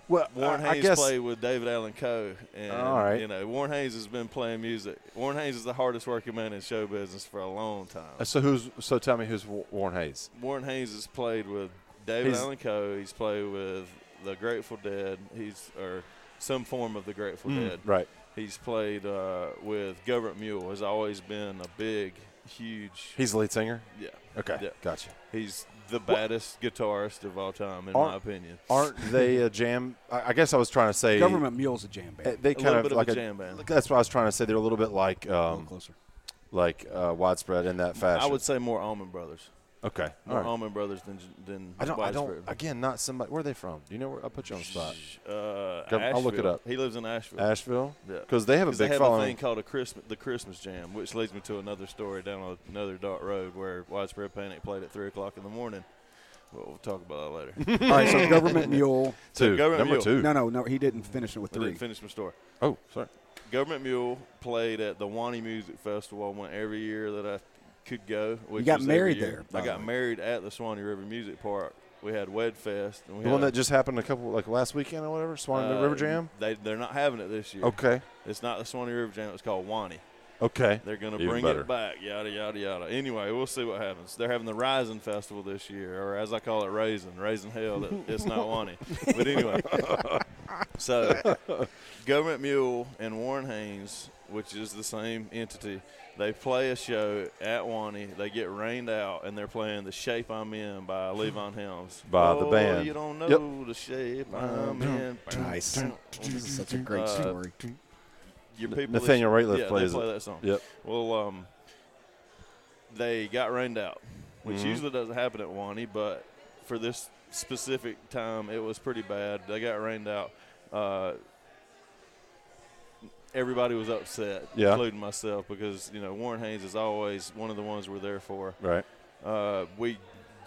Well, Warren Uh, I, Haynes guess played with David Allen Coe, and All right. you know Warren Haynes has been playing music. Warren Haynes is the hardest working man in show business for a long time. So who's? So tell me who's Wa- Warren Hayes? Warren Haynes has played with David He's- Allen Coe. He's played with the Grateful Dead. He's or some form of the Grateful Dead. Mm, Right. He's played uh, with Government Mule. Has always been a big, huge. He's the lead singer. yeah, Okay. Yeah. Gotcha. he's the baddest guitarist of all time, in Aren't- my opinion. Aren't they a jam? I, I guess I was trying to say Government Mule's a jam band. Uh, They kind little of bit of a like jam band. like- That's what I was trying to say. They're a little bit like a little um, closer. like uh, widespread in that fashion. I would say more Allman Brothers. Okay. All More right. Allman Brothers than than. I don't. I don't. Widespread. Again, not somebody. Where are they from? Do you know where? I'll put you on the spot. Uh, Gov- I'll look it Asheville. up. He lives in Asheville. Asheville. Yeah. Because they have a 'Cause they big have a following. thing called a Christmas, the Christmas Jam, which leads me to another story down another dark road where widespread panic played at three o'clock in the morning. Well, we'll talk about <laughs> that later. <laughs> All right, so Government Mule. two. Government Number Mule. two. <laughs> No, no, no. He didn't finish it with I didn't three. finish my story. Oh, sorry. Government Mule played at the Wani Music Festival. I went every year that I could go. Which got is every married year. there, by I the got way. married at the Swanee River Music Park. We had Wed Fest. And we The had one a- that just happened a couple like last weekend or whatever, Swan uh, River Jam. They they're not having it this year. Okay, It's not the Swanee River Jam. It's called Wani. okay. They're going to Even bring better. it back, yada, yada, yada. Anyway, we'll see what happens. They're having the Rising Festival this year, or as I call it, Raisin. Raisin <laughs> Hell, that- it's not Wani. But anyway, so Government Mule and Warren Haynes, which is the same entity, they play a show at Wani. They get rained out, and they're playing The Shape I'm In by Levon Helms. By the Oh, band. You don't know Yep. the shape I'm in. Nice. Such a great Uh, story. Your N- people that- Nathaniel Rateliff yeah, plays they play it. that song. Yep. Well, um, they got rained out, which Mhm. usually doesn't happen at Wani, but for this specific time, it was pretty bad. They got rained out. Uh, everybody was upset, Yeah. including myself, because you know Warren Haynes is always one of the ones we're there for. Right. Uh, we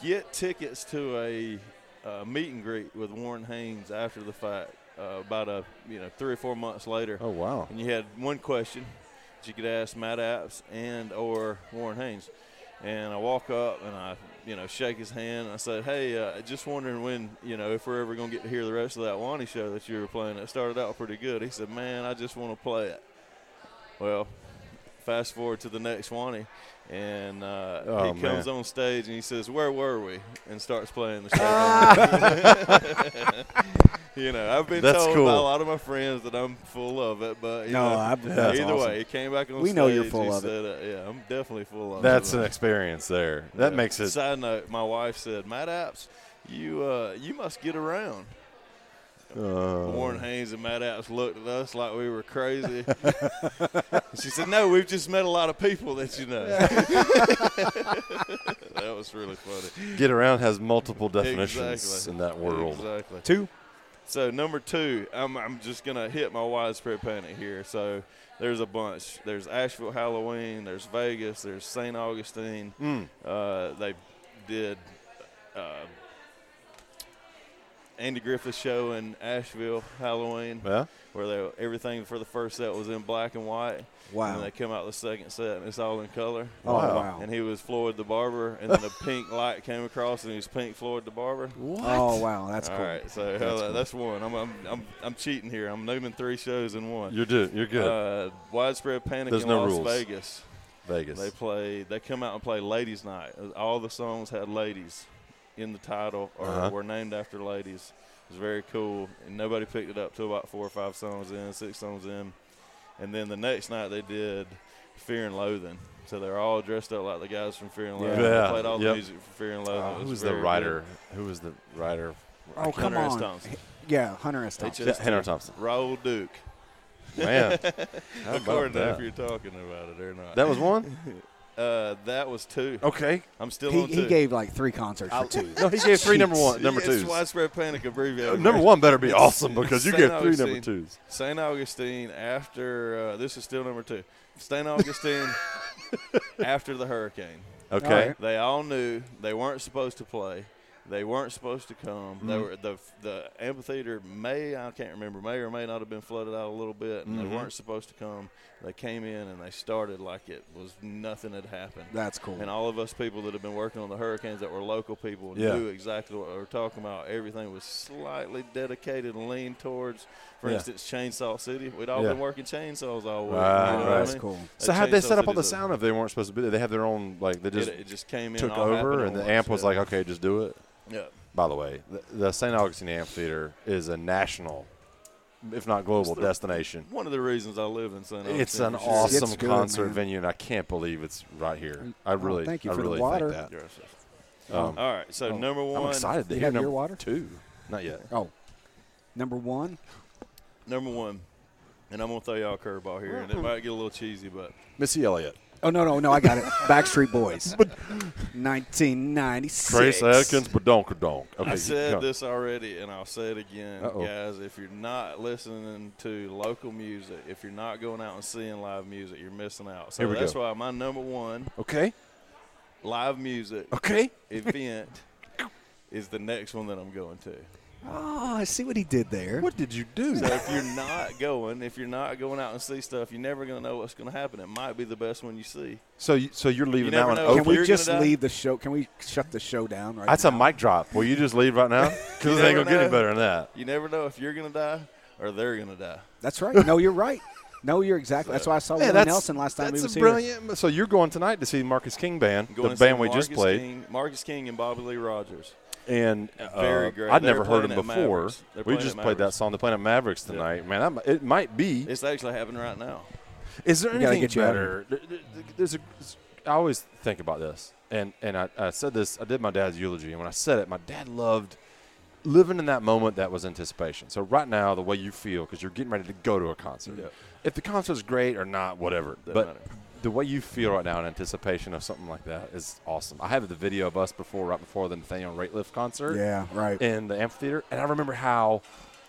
get tickets to a uh, meet and greet with Warren Haynes after the fact, uh, about a you know three or four months later Oh wow. and you had one question that you could ask Matt Apps and or Warren Haynes. And I walk up and I, you know, shake his hand. And I said, "Hey, uh, just wondering when, you know, if we're ever gonna get to hear the rest of that Wani show that you were playing. That started out pretty good." He said, "Man, I just want to play it." Well, fast forward to the next Wani, and uh, Oh, he comes man. on stage and he says, "Where were we?" and starts playing the <laughs> show. you know, I've been That's told cool. by a lot of my friends that I'm full of it, but you No, know, I- that's either awesome. way, it came back on. We know you're stage, full he of it. said, uh, yeah, I'm definitely full of That's it. an experience there. That Yeah. makes it. Side note: My wife said, "Matt Apps, you uh, you must get around." Warren Uh, Haynes and Matt Apps looked at us like we were <laughs> crazy. she said, "No, we've just met a lot of people that you know." <laughs> that was really funny. get around has multiple definitions Exactly. in that world. Exactly. Two. So number two, I'm, I'm just gonna hit my widespread panic here. So there's a bunch. There's Asheville Halloween. There's Vegas. There's St. Augustine. Hmm. Mm. Uh, they did uh, Andy Griffith show in Asheville Halloween, Yeah. where they, everything for the first set was in black and white, and then Wow. they come out the second set and it's all in color. Oh, Wow. wow. And he was Floyd the Barber, and then a pink light came across, and he was pink Floyd the Barber. Oh, wow. That's All cool. right, so that's, uh, That's cool. that's one. I'm, I'm I'm I'm cheating here. I'm naming three shows in one. You're do. You're good. Uh, widespread panic There's in no Las rules. Vegas. Vegas. They play. They come out and play Ladies Night. All the songs had ladies in the title or Uh-huh. were named after ladies. It was very cool, and nobody picked it up till about four or five songs in, six songs in, and then the next night they did Fear and Loathing. So they're all dressed up like the guys from Fear and Loathing. Yeah. They played all Yep. the music from Fear and Loathing. Oh, It Who uh, was was the very good. writer? Who was the <laughs> writer? Oh, come Hunter S. on. Thompson. Yeah, Hunter S. Thompson. Just Henry Thompson. Raul Duke. Man. How According about to if that? you're talking about it or not. That was one. uh, that was two. Okay. I'm still Oh, He, on two. he gave like three concerts for two. <laughs> Uh, No, he gave three <laughs> number one, number it's twos. widespread panic abbreviated. Number one better be It's- awesome because you St. get three number Augustine. twos. St. Augustine after uh, this is still number two. <laughs> St. Augustine after the hurricane. Okay. right. They all knew they weren't supposed to play. They weren't supposed to come. They Mm-hmm. were the the amphitheater may I can't remember may or may not have been flooded out a little bit, and Mhm. they weren't supposed to come. They came in and they started like it was nothing had happened. That's cool. And all of us people that have been working on the hurricanes that were local people Yeah. knew exactly what we were talking about. Everything was slightly dedicated and leaned towards, for Yeah. instance, Chainsaw City. We'd all Yeah. been working chainsaws all week. Right, you know Oh, what I right. that's mean? cool. That So how'd they Chainsaw set up all the City's a- sound if they weren't supposed to be there? They have their own like they just it, it just came in. took all happened over at and the once, amp was yeah. like, okay, just do it. yeah. By the way, the, the St. Augustine Amphitheater is a national, if not global, It's the- destination. One of the reasons I live in St. Augustine. It's an for sure. Oh, It's awesome good, concert man. venue, and I can't believe it's right here. I Oh, really, thank you I for the really water. think that. Yes, yes. Um, All right, so number one, I'm excited to You hear have your number water? two. Not yet. Oh, number one. number one, and I'm gonna throw y'all a curveball here, Mm-hmm. and it might get a little cheesy, but Missy Elliott. Oh no no no! I got it. Backstreet Boys, 1996. badonkadonk. Okay, I go. said this already, and I'll say it again, Uh-oh. guys. If you're not listening to local music, if you're not going out and seeing live music, you're missing out. So Here we that's go. why my number one Okay. live music <laughs> Okay. event is the next one that I'm going to. Oh, I see what he did there. What did you do? So if you're not going, if you're not going out and see stuff, you're never gonna know what's gonna happen. It might be the best one you see. So, you, so you're leaving that never one know. Can open. You're we gonna just die. leave the show? Can we shut the show down right That's now? a mic drop. Will you just leave <laughs> right now? Because it ain't never gonna get any know. better than that. You never know if you're gonna die or they're gonna die. That's right. No, you're right. No, you're exactly. That's why I saw Man, Willie Nelson last time that's he was a here. brilliant. So you're going tonight to see the Marcus King band, Going the to see band we just Marcus played, King, Marcus King and Bobby Lee Rogers. and uh, Very great. I'd They were never heard playing them at before. Mavericks. They're We playing just at played that Mavericks. song. They're playing at Mavericks tonight, man. That, mi- it might be. It's actually happening right now. Is there We gotta anything get you out better? There- there- There's a. I always think about this, and and I, I said this. I did my dad's eulogy, and when I said it, my dad loved living in that moment that was anticipation. So right now, the way you feel because you're getting ready to go to a concert, Yeah. if the concert's great or not, whatever. Doesn't but matter. the way you feel right now in anticipation of something like that is awesome. I have the video of us before, right before the Nathaniel Rateliff concert Yeah, right. in the amphitheater, and I remember how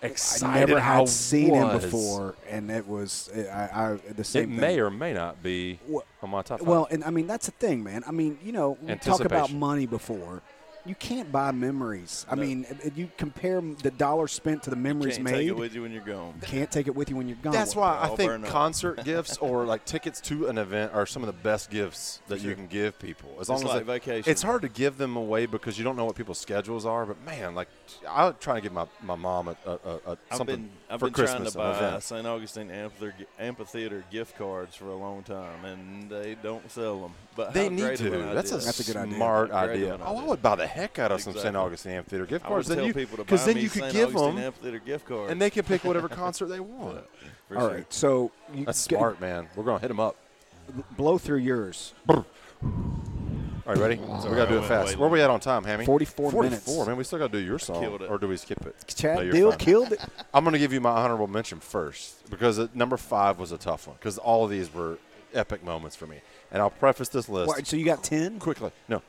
I excited never I had seen him was. before, and it was I, I, the It same. may thing. or may not be Well- on my top. five. Well, and I mean that's the thing, man. I mean, you know, we talk about Anticipation. money before. You can't buy memories. I mean, i- you compare the dollar spent to the memories Can't made. take it with you when you're gone. can't take it with you when you're gone. That's why I all think burned up. <laughs> concert gifts or like tickets to an event are some of the best gifts that you can give people. As long as like it- vacation. It's hard to give them away because you don't know what people's schedules are. But man, like I would try to give my, my mom a, a, a, a I've something been I've for been Christmas. trying to an buy event. St. Augustine amphitheater, amphitheater gift cards for a long time, and they don't sell them. But They how need great to. of an That's a, idea. That's a good idea. smart Great of an idea. Oh, I idea. would buy the heck out of some St. Exactly. Augustine amphitheater gift I always cards. Then tell you, people to buy because then me you could St. give Augustine them, amphitheater gift cards, and they can pick whatever concert they <laughs> want. for All sure. right, so you That's g- smart, man. We're gonna hit them up. Blow through yours. All right, ready? we gotta do it went fast. way Where we at on time, Hammy? 44 minutes. 44, man. We still gotta do your song, Killed it. or do we skip it? Chad No, you're Deal fine. killed it. I'm gonna give you my honorable mention first because uh, number five was a tough one because all of these were epic moments for me. And I'll preface this list Why, so you got ten. quickly. No,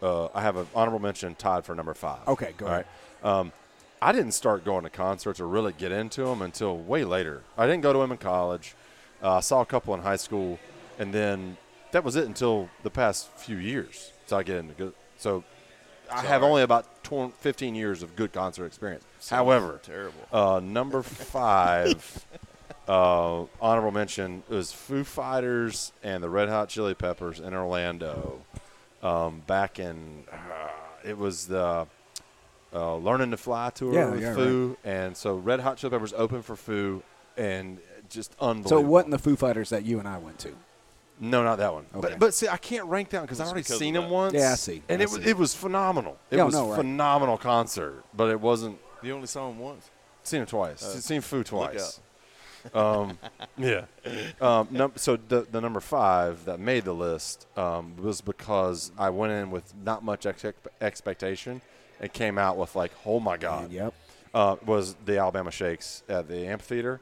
uh, I have an honorable mention tied for number five. Okay, go All ahead. right. Um, I didn't start going to concerts or really get into them until way later. I didn't go to them in college. Uh, I saw a couple in high school, and then that was it until the past few years. So I get into good. So I have only about 12, 15 years of good concert experience. However, terrible. uh, number five <laughs> uh, honorable mention was Foo Fighters and the Red Hot Chili Peppers in Orlando. Um, back in uh, it was the uh, Learning to Fly tour Yeah, with yeah, Foo, and so Red Hot Chili Peppers opened for Foo, and just unbelievable. So it wasn't the Foo Fighters that you and I went to. No, not that one. Okay. But, but see, I can't rank that because I already because of seen that. him once. Yeah, I see. And I it was see. it was phenomenal. It Yeah, was no, right. phenomenal concert, but it wasn't You only saw them once. Seen him twice. seen Foo look twice. Um, yeah. Um, num- so the, the number five that made the list um, was because I went in with not much ex- expectation and came out with like, oh my god. Yep. Uh, was the Alabama Shakes at the amphitheater?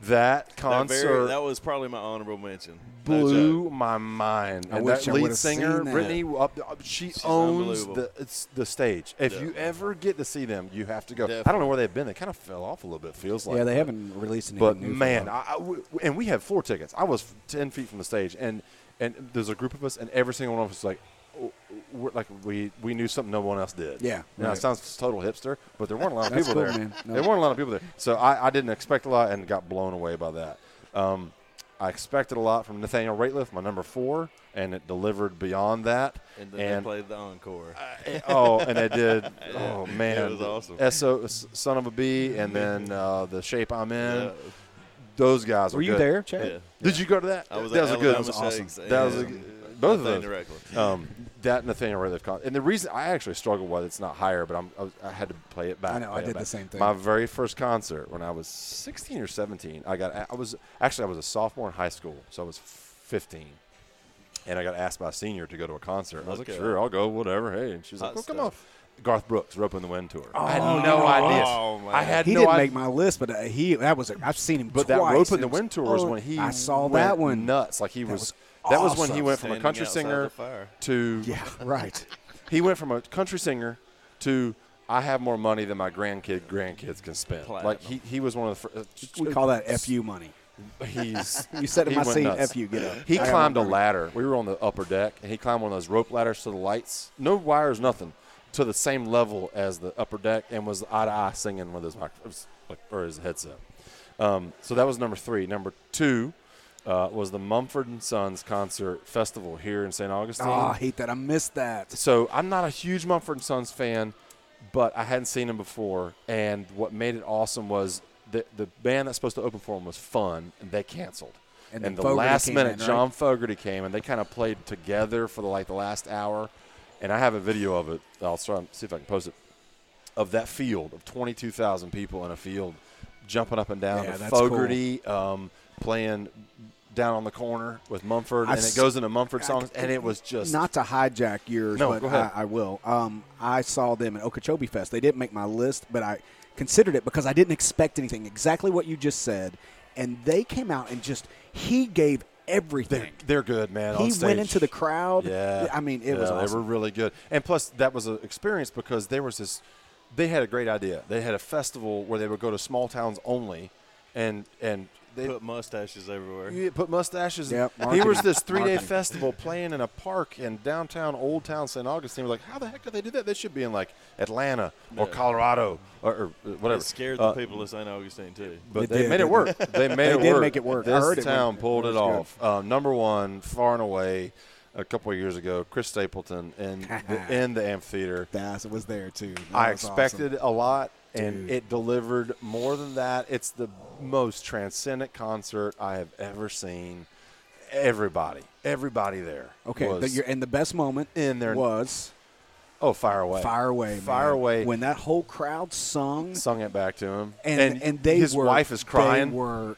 That That, concert very- that was probably my honorable mention. No blew joke. my mind. I and wish that I lead would've singer, seen that. Brittany, up, up- she She's owns unbelievable. the it's the stage. If Yeah. you ever get to see them, you have to go. I don't Definitely. know where they've been. They kind of fell off a little bit. Feels like. yeah, they but- haven't released anything. But new for man, them. I, I- w- and we had floor tickets. I was ten feet from the stage, and and there's a group of us, and every single one of us was like. w- w- We're like we we knew something no one else did. Yeah, now right. it sounds total hipster, but there weren't a lot of That's people cool, there. man. No. There weren't a lot of people there, so I, I didn't expect a lot and got blown away by that. Um, I expected a lot from Nathaniel Rateliff, my number four, and it delivered beyond that. And then they played the encore. Uh, <laughs> oh, and they <laughs> did. Oh man, was awesome. So, S- son of a bee, and then uh, the shape I'm in. Yeah. Those guys were, were you good. there, Chad? Yeah. Did you go to that? I was that at was a good. That was Alabama awesome. Shakes That was a, and good- both of Nothing those. directly. Um, that Nathaniel Ratliff con- and the reason I actually struggled with it's not higher, but I'm, I, was, I had to play it back. I know, I play it did the back. same thing. My very first concert when I was 16 or 17, I got I was actually I was a sophomore in high school, so I was 15, and I got asked by a senior to go to a concert. And I was like, Okay. sure, I'll go, whatever. Hey, and she's like, Hot well, come on. stuff. Garth Brooks, Rope in the Wind tour. I had Oh, no no. idea. Oh, man. I had He no didn't idea. make my list, but uh, he that was a, I've seen him. But that twice. rope in It the was- wind tour was oh, when he I saw went that one. nuts. Like he That was, was that was when he awesome. went from a Standing country outside singer the fire. to Yeah, right. he went from a country singer to I have more money than my grandkid grandkids can spend. Like he, he was one of the first. We call that fu money. He's <laughs> You said in he my went seat, nuts. fu get up. He I got climbed a one. ladder. We were on the upper deck, and he climbed one of those rope ladders to the lights. No wires, nothing. to the same level as the upper deck and was eye to eye singing with his microphone uh, or his headset. Um, so that was number three. Number two uh, was the Mumford and Sons concert festival here in St. Augustine. Oh, I hate that. I missed that. So I'm not a huge Mumford and Sons fan, but I hadn't seen them before. And what made it awesome was the the band that's supposed to open for them was fun, and they canceled. And And, then the Fogerty last came minute, in, right? John Fogerty came, and they kind of played together for the, like the last hour. And I have a video of it. I'll try and see if I can post it of that field of 22,000 people in a field jumping up and down Yeah, to that's Fogerty um, playing down on the corner with Mumford, I and s- it goes into Mumford songs, and it was just Not to hijack yours, No, but go ahead. I, I will. Um, I saw them at Okeechobee Fest. They didn't make my list, but I considered it because I didn't expect anything. Exactly what you just said, and they came out and just he gave everything. They're, they're good, man. on he stage. went into the crowd. Yeah, I mean, it was Yeah, They awesome. were really good, and plus that was an experience because there was this. They had a great idea. They had a festival where they would go to small towns only, and and they Put mustaches everywhere. you put mustaches. Yep, Here marketing. was this three-day Marketing. festival playing in a park in downtown Old Town St. Augustine. We're like, how the heck did they do that? They should be in like Atlanta or Yeah. Colorado or, or whatever. It scared the Uh, people of St. Augustine too. but It they did, made it didn't work. <laughs> They made They it did work. make it work. I This heard it town was- pulled it it, was off. Um, number one, far and away, a couple of years ago, Chris Stapleton in <laughs> the, in the amphitheater. That was there too. That I was awesome. expected a lot, and Dude. it delivered more than that. It's the most transcendent concert I have ever seen. Everybody, everybody there. Okay, was- the, your, and the best moment In there. was oh, fire away, fire away, man. fire away. When that whole crowd sung, sung it back to him, and and, they his were, wife is crying. They were,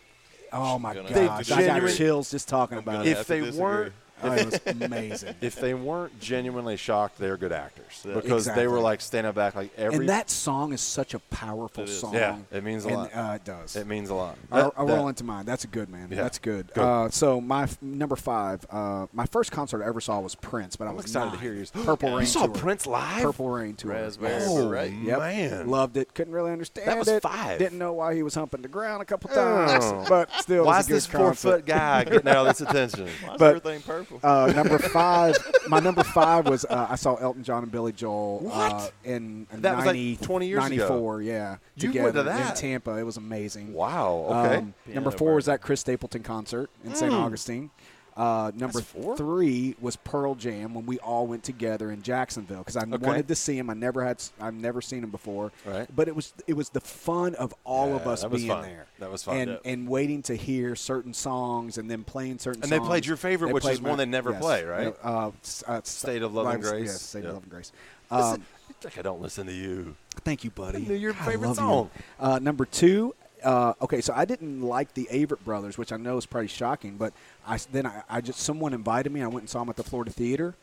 oh my Gonna gosh, They I got genuine- chills just talking about gonna it. if have to they disagree. weren't Oh, it was amazing. if they weren't genuinely shocked, they're good actors Yeah. because they were Exactly. like standing back, like <laughs> every. and that song is such a powerful It is. song. Yeah, it means a and, lot. Uh, it does. it means a lot. I'll, That- I'll that- roll into mine. That's a good man. Yeah. That's good. Good. Uh, so my f- number five, uh, my first concert I ever saw was Prince, but I I'm was excited to nine. hear <gasps> yours. Purple Rain. You saw tour. Prince live. Purple Rain tour. Raspberry Yes. <laughs> Oh Right. Yep. man, Loved it. Couldn't really understand was it. five. Didn't know why he was humping the ground a couple Oh. times, but still. it Why was a is good this four concert. foot guy getting <laughs> all this attention? Why is But- everything purple? Uh, <laughs> number five. my number five was uh, I saw Elton John and Billy Joel. Uh, What? in in That was like 90 20 years ago. 94, Yeah. You together went to that? in Tampa. It was amazing. Wow. Oh, Okay. Um, Piano number four bar. was that Chris Stapleton concert in St. Augustine. Uh, number Mm. That's four? three was Pearl Jam when we all went together in Jacksonville because I Okay. wanted to see him. I never had, s- I've never seen him before. Right. But it was it was the fun of all of Yeah, us that was being fun. there. That was fun. And Yep. and waiting to hear certain songs and then playing certain. And they songs. played your favorite, They which played is one they never yes. play, right? Uh, s- uh, s- State of Love and Lives- Grace. Yes, State Yep. of Love and Grace. Um, Listen, it's like I don't listen to you. Thank you, buddy. I knew your I favorite love you. song. Uh, number two. Uh, okay, so I didn't like the Averitt Brothers, which I know is pretty shocking, but I s- then I, I just someone invited me. I went and saw them at the Florida Theater,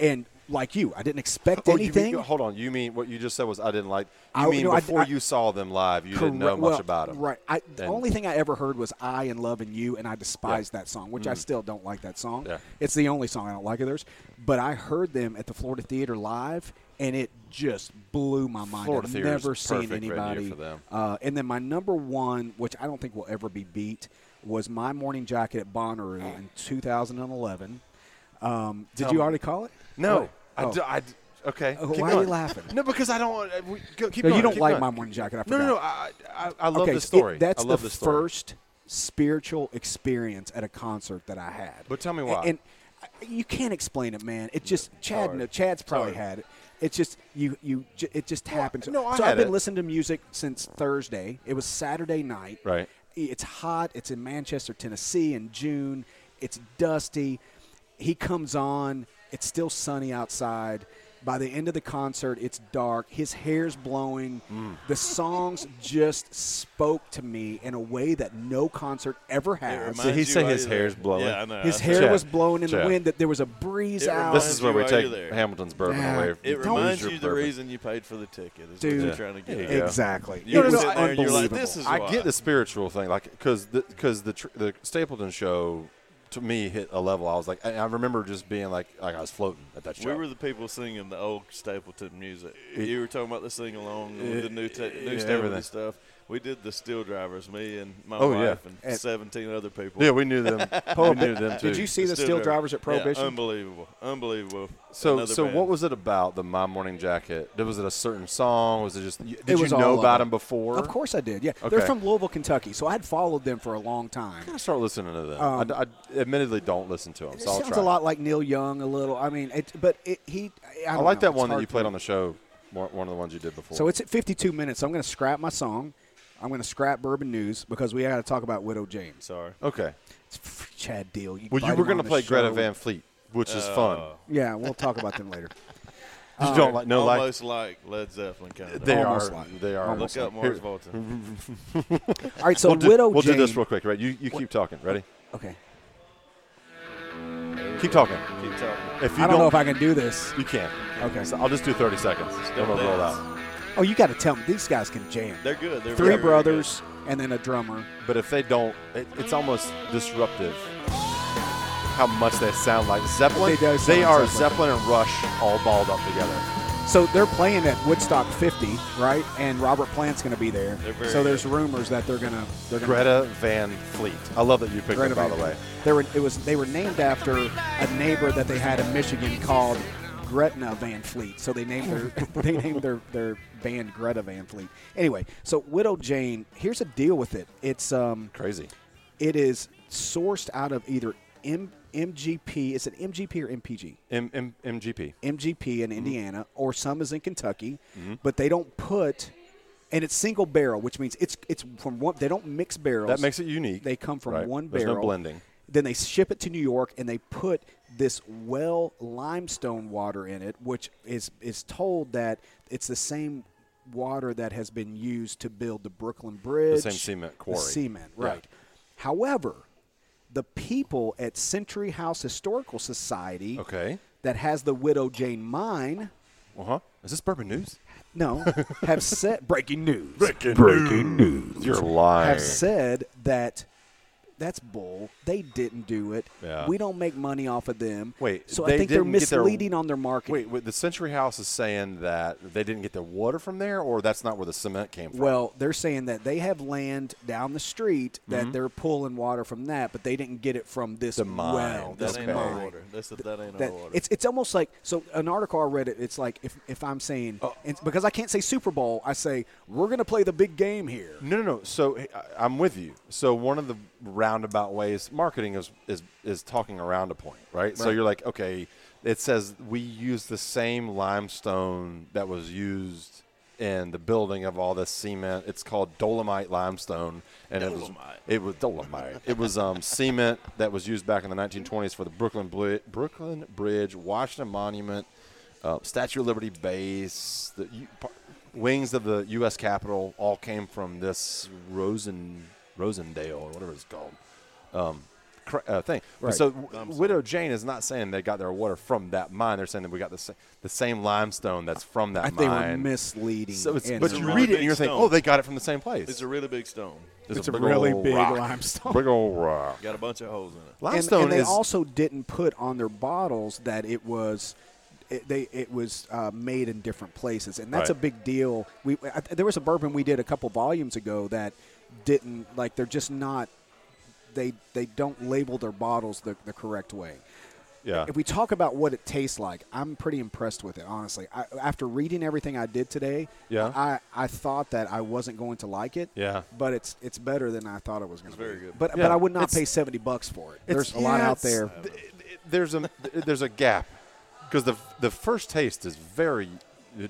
and like you, I didn't expect Mm-hmm. Oh, you mean- anything. hold on. You mean what you just said was I didn't like. You I- mean no, I d- before I- you saw them live, you didn't know Correct. much Well, about them. Right. I, the And- only thing I ever heard was "I and Love and You," and I despised that song, which I still don't like that song. Mm-hmm. Yeah. It's the only song I don't like of theirs. But I heard them at the Florida Theater live, and it just blew my mind. Florida I've Theater is never seen perfect venue anybody. for them. Uh, and then my number one, which I don't think will ever be beat, was my morning jacket at Bonnaroo in 2011. Um, did Tell you me. already call it? No. What? I Oh. d I d okay. Oh, keep why are you going. laughing? No, because I don't. want- uh, we- go- keep No, going, you don't keep like going. my morning jacket. I No, forgot. no, no. I, I, I love okay, the so it- story. that's I love the, the story. first spiritual experience at a concert that I had. But tell me A- why. And, I- you can't explain it, man. It just Chad. hard. No, Chad's probably hard. had it. It's just you. You. ju- It just happens. no, I so I've had been it. listening to music since Thursday. It was Saturday night. Right. It's hot. It's in Manchester, Tennessee, in June. It's dusty. He comes on. It's still sunny outside. By the end of the concert, it's dark. His hair's blowing. Mm. The songs just spoke to me in a way that no concert ever has. reminds- he say why his you're hair's there. blowing? Yeah, I know. His That's- hair Chad, was blowing in the Chad. wind. That there was a breeze It out. reminds This is you where we why take you're there. Hamilton's bourbon Yeah. away. It from reminds your you the bourbon. reason you paid for the ticket is Dude. what you're trying to get. Yeah. at. Yeah. Exactly. You it were was sitting there and you're unbelievable. like, this is I why. get the spiritual thing, like because because the, tr the Stapleton show to me hit a level. I was like, I, I remember just being like, like I was floating at that show. We were the people singing the old Stapleton music. you were talking about the sing along with the new ta- new yeah, Stapleton everything. stuff. we did the steel drivers, me and my Oh, yeah. wife and, And- 17 other people. Yeah, we knew <laughs> them. we knew them too. Did you see the steel drivers at Prohibition? Yeah, unbelievable, unbelievable. So, Another so band. what was it about the My Morning Jacket? Did- Was it a certain song? Was it just? Did It was you all know of about it. them before? Of course I did. Yeah, they're Okay. from Louisville, Kentucky, so I'd followed them for a long time. I start listening to them. Um, I, I admittedly don't listen to them, It so I'll sounds try. a lot like Neil Young, a little. I mean, it, but it, he. I, I, don't like know. that It's one that hard you for played me. on the show. One one of the ones you did before. So it's at 52 minutes. So I'm going to scrap my song. I'm going to scrap Bourbon News because we got to talk about Widow James. Sorry. okay. It's f- Chad Deal. You Well, you were going to play Greta Van Fleet, which is fun. Uh, Yeah, we'll talk about them <laughs> later. You don't like no like almost like Led Zeppelin kind of. they are Almost like- they are almost Look up like- Mars Here, Volta. All right, so We'll, do, Widow we'll do Jane. this real quick, right? You you keep talking. Ready? Okay. Keep talking. Keep talking. If you I don't, know if I can do <laughs> this. you can. Okay. So I'll just do 30 seconds. Then go we'll roll dance. out. Oh, you got to tell me these guys can jam. They're good. They're Three very, very good. brothers and then a drummer. But if they don't, it, it's almost disruptive how much they sound like Zeppelin. They do sound they are like Zeppelin. and Rush all balled up together. So they're playing at Woodstock 50, right? And Robert Plant's going to be there. They're very So there's good. rumors that they're going to they're going Greta Van Fleet. I love that you picked Greta them, by Van the way. Fleet. They were it was they were named after a neighbor that they had in Michigan called Gretna Van Fleet. So they named <laughs> their they named their their band Greta Van Fleet. Anyway, so Widow Jane, here's a deal with it. It's um Crazy. it is sourced out of either M- MGP, is it MGP or MPG? M- M- MGP. MGP Mm-hmm. in Indiana, or some is in Kentucky, but they don't put, and it's single barrel, which means it's it's from one. They don't mix barrels. That makes it unique. They come from right? one There's barrel. no blending. Then they ship it to New York, and they put this well limestone water in it, which is is told that it's the same water that has been used to build the Brooklyn Bridge, cement the quarry. cement, Yeah. right? However, the people at Century House Historical Society Okay. that has the Widow Jane mine. Uh huh. Is this bourbon news? <laughs> No, have said breaking news. Breaking news. You're lying. Have said that that's bull. They didn't do it. Yeah. We don't make money off of them. Wait, so I they think they're didn't get their- misleading on their marketing. Wait, wait, the Century House is saying that they didn't get their water from there, or that's not where the cement came from. Well, they're saying that they have land down the street that they're pulling water from that, but they didn't get it from this Mm-hmm. The mine. well. That This ain't our mine. water. That's that ain't that our water. it's it's almost like so an article I read it. It's like if if I'm saying Oh. and because I can't say Super Bowl, I say we're gonna play the big game here. No, no, no. So hey, I- I'm with you. So one of the roundabout ways marketing is is is talking around a point, right? So Right. you're like, okay, it says we use the same limestone that was used in the building of all this cement. It's called dolomite limestone, and Dolomite. it was it was dolomite. it was um, cement that was used back in the 1920s for the Brooklyn Bri- Brooklyn Bridge, Washington Monument, uh, Statue of Liberty base, the U- par- wings of the U.S. Capitol all came from this Rosen Rosendale or whatever it's called um, cra- uh, thing. But Right. So w- Widow Jane is not saying they got their water from that mine. They're saying that we got the, sa- the same limestone that's from that I think they were mine. misleading. so it's, in but their you really read marketing. it and you're big thinking, stone. oh, they got it from the same place. it's a really big stone. There's It's a really old big rock. limestone. Big old rock. Got a bunch of holes in it. And- Limestone and, they is also didn't put on their bottles that it was it, they it was uh, made in different places, and that's Right. a big deal. We I, there was a bourbon we did a couple volumes ago that didn't like they're just not they they don't label their bottles the, the correct way. yeah. If we talk about what it tastes like, I'm pretty impressed with it, honestly. I, after reading everything I did today, Yeah. I, I thought that I wasn't going to like it. Yeah. But it's it's better than I thought it was going to be. very good. But Yeah. but I would not It's- pay 70 bucks for it. It's- There's a lot yeah, out it's- there. th- th- There's a there's a gap because the the first taste is very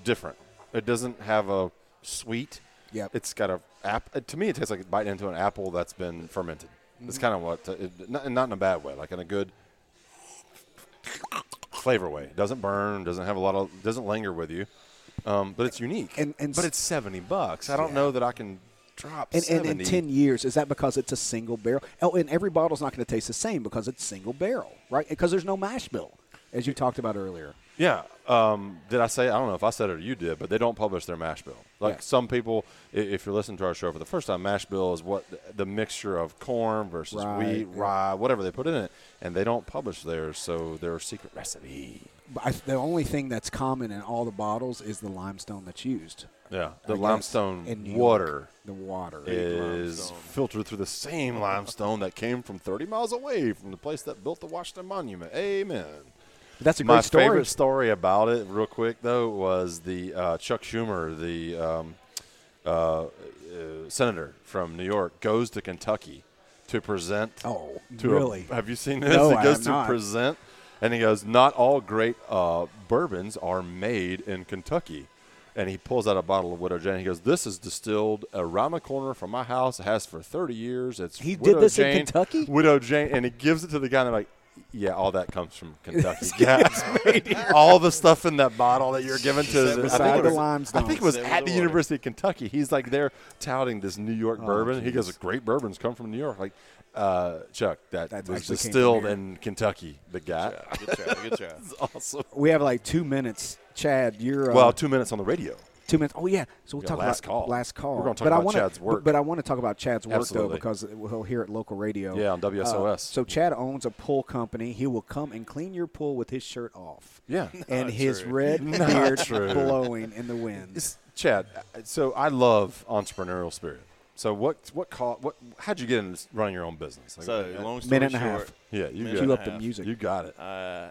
different. It doesn't have a sweet. Yep. It's got a app. uh, To me, it tastes like biting into an apple that's been fermented. It's Mm-hmm. kind of what, uh, it, not, and not in a bad way, like in a good flavor way. It doesn't burn. Doesn't have a lot of. Doesn't linger with you. Um, but it's unique. And- and but s- it's seventy bucks. I don't know that I can drop And, and seventy. in 10 years, is that because it's a single barrel? Oh, and every bottle's not going to taste the same because it's single barrel, right? Because there's no mash bill, as you talked about earlier. Yeah. Um, did I say? I don't know if I said it or you did, but they don't publish their mash bill. Like Yeah. some people, i- if you're listening to our show for the first time, mash bill is what th- the mixture of corn versus Right, wheat, yeah. rye, whatever they put in it, and they don't publish theirs, so their secret recipe. But I, the only thing that's common in all the bottles is the limestone that's used. Yeah, the I guess, limestone in New York. water The water. is limestone. filtered through the same limestone that came from 30 miles away from the place that built the Washington Monument. Amen. That's a great My story. favorite story about it, real quick though, was the uh, Chuck Schumer, the um, uh, uh, senator from New York, goes to Kentucky to present. Oh, to a- really? have you seen this? No, he I goes have to not. present, and he goes, "Not all great uh, bourbons are made in Kentucky." And he pulls out a bottle of Widow Jane. He goes, "This is distilled around the corner from my house. It has for 30 years. It's He did Widow this in Jane, Kentucky? Widow Jane." And he gives it to the guy, and they're like. Yeah, all that comes <laughs> from Kentucky. yeah, all the stuff in that bottle that you're giving to. Set the- I beside think it the was- limestone. I think it was Set at with the the water. University of Kentucky. He's like there touting this New Oh, York bourbon. He goes, "Great bourbons come from New York." Like, uh, Chuck, that That actually was came from distilled here. in Kentucky. The guy. Good job. <laughs> Good job. <laughs> It's awesome. we have like two minutes. Chad, you're uh, Well, two minutes on the radio. Two minutes. Oh yeah. So we'll Yeah, talk last about call. last call. We're gonna talk but I about wanna, Chad's work. But I want to talk about Chad's work though Absolutely. because he'll hear at local radio. Yeah, on WSOS. Uh, so Chad owns a pool company. He will come and clean your pool with his shirt off. Yeah. and Not his true. red Not beard true. blowing in the wind. It's- Chad, uh, so I love entrepreneurial spirit. So what? What call? What? How'd you get into running your own business? Like, So uh, long story Minute and a half. short, yeah, you got Minute Cue and a up the half. music. You got it. I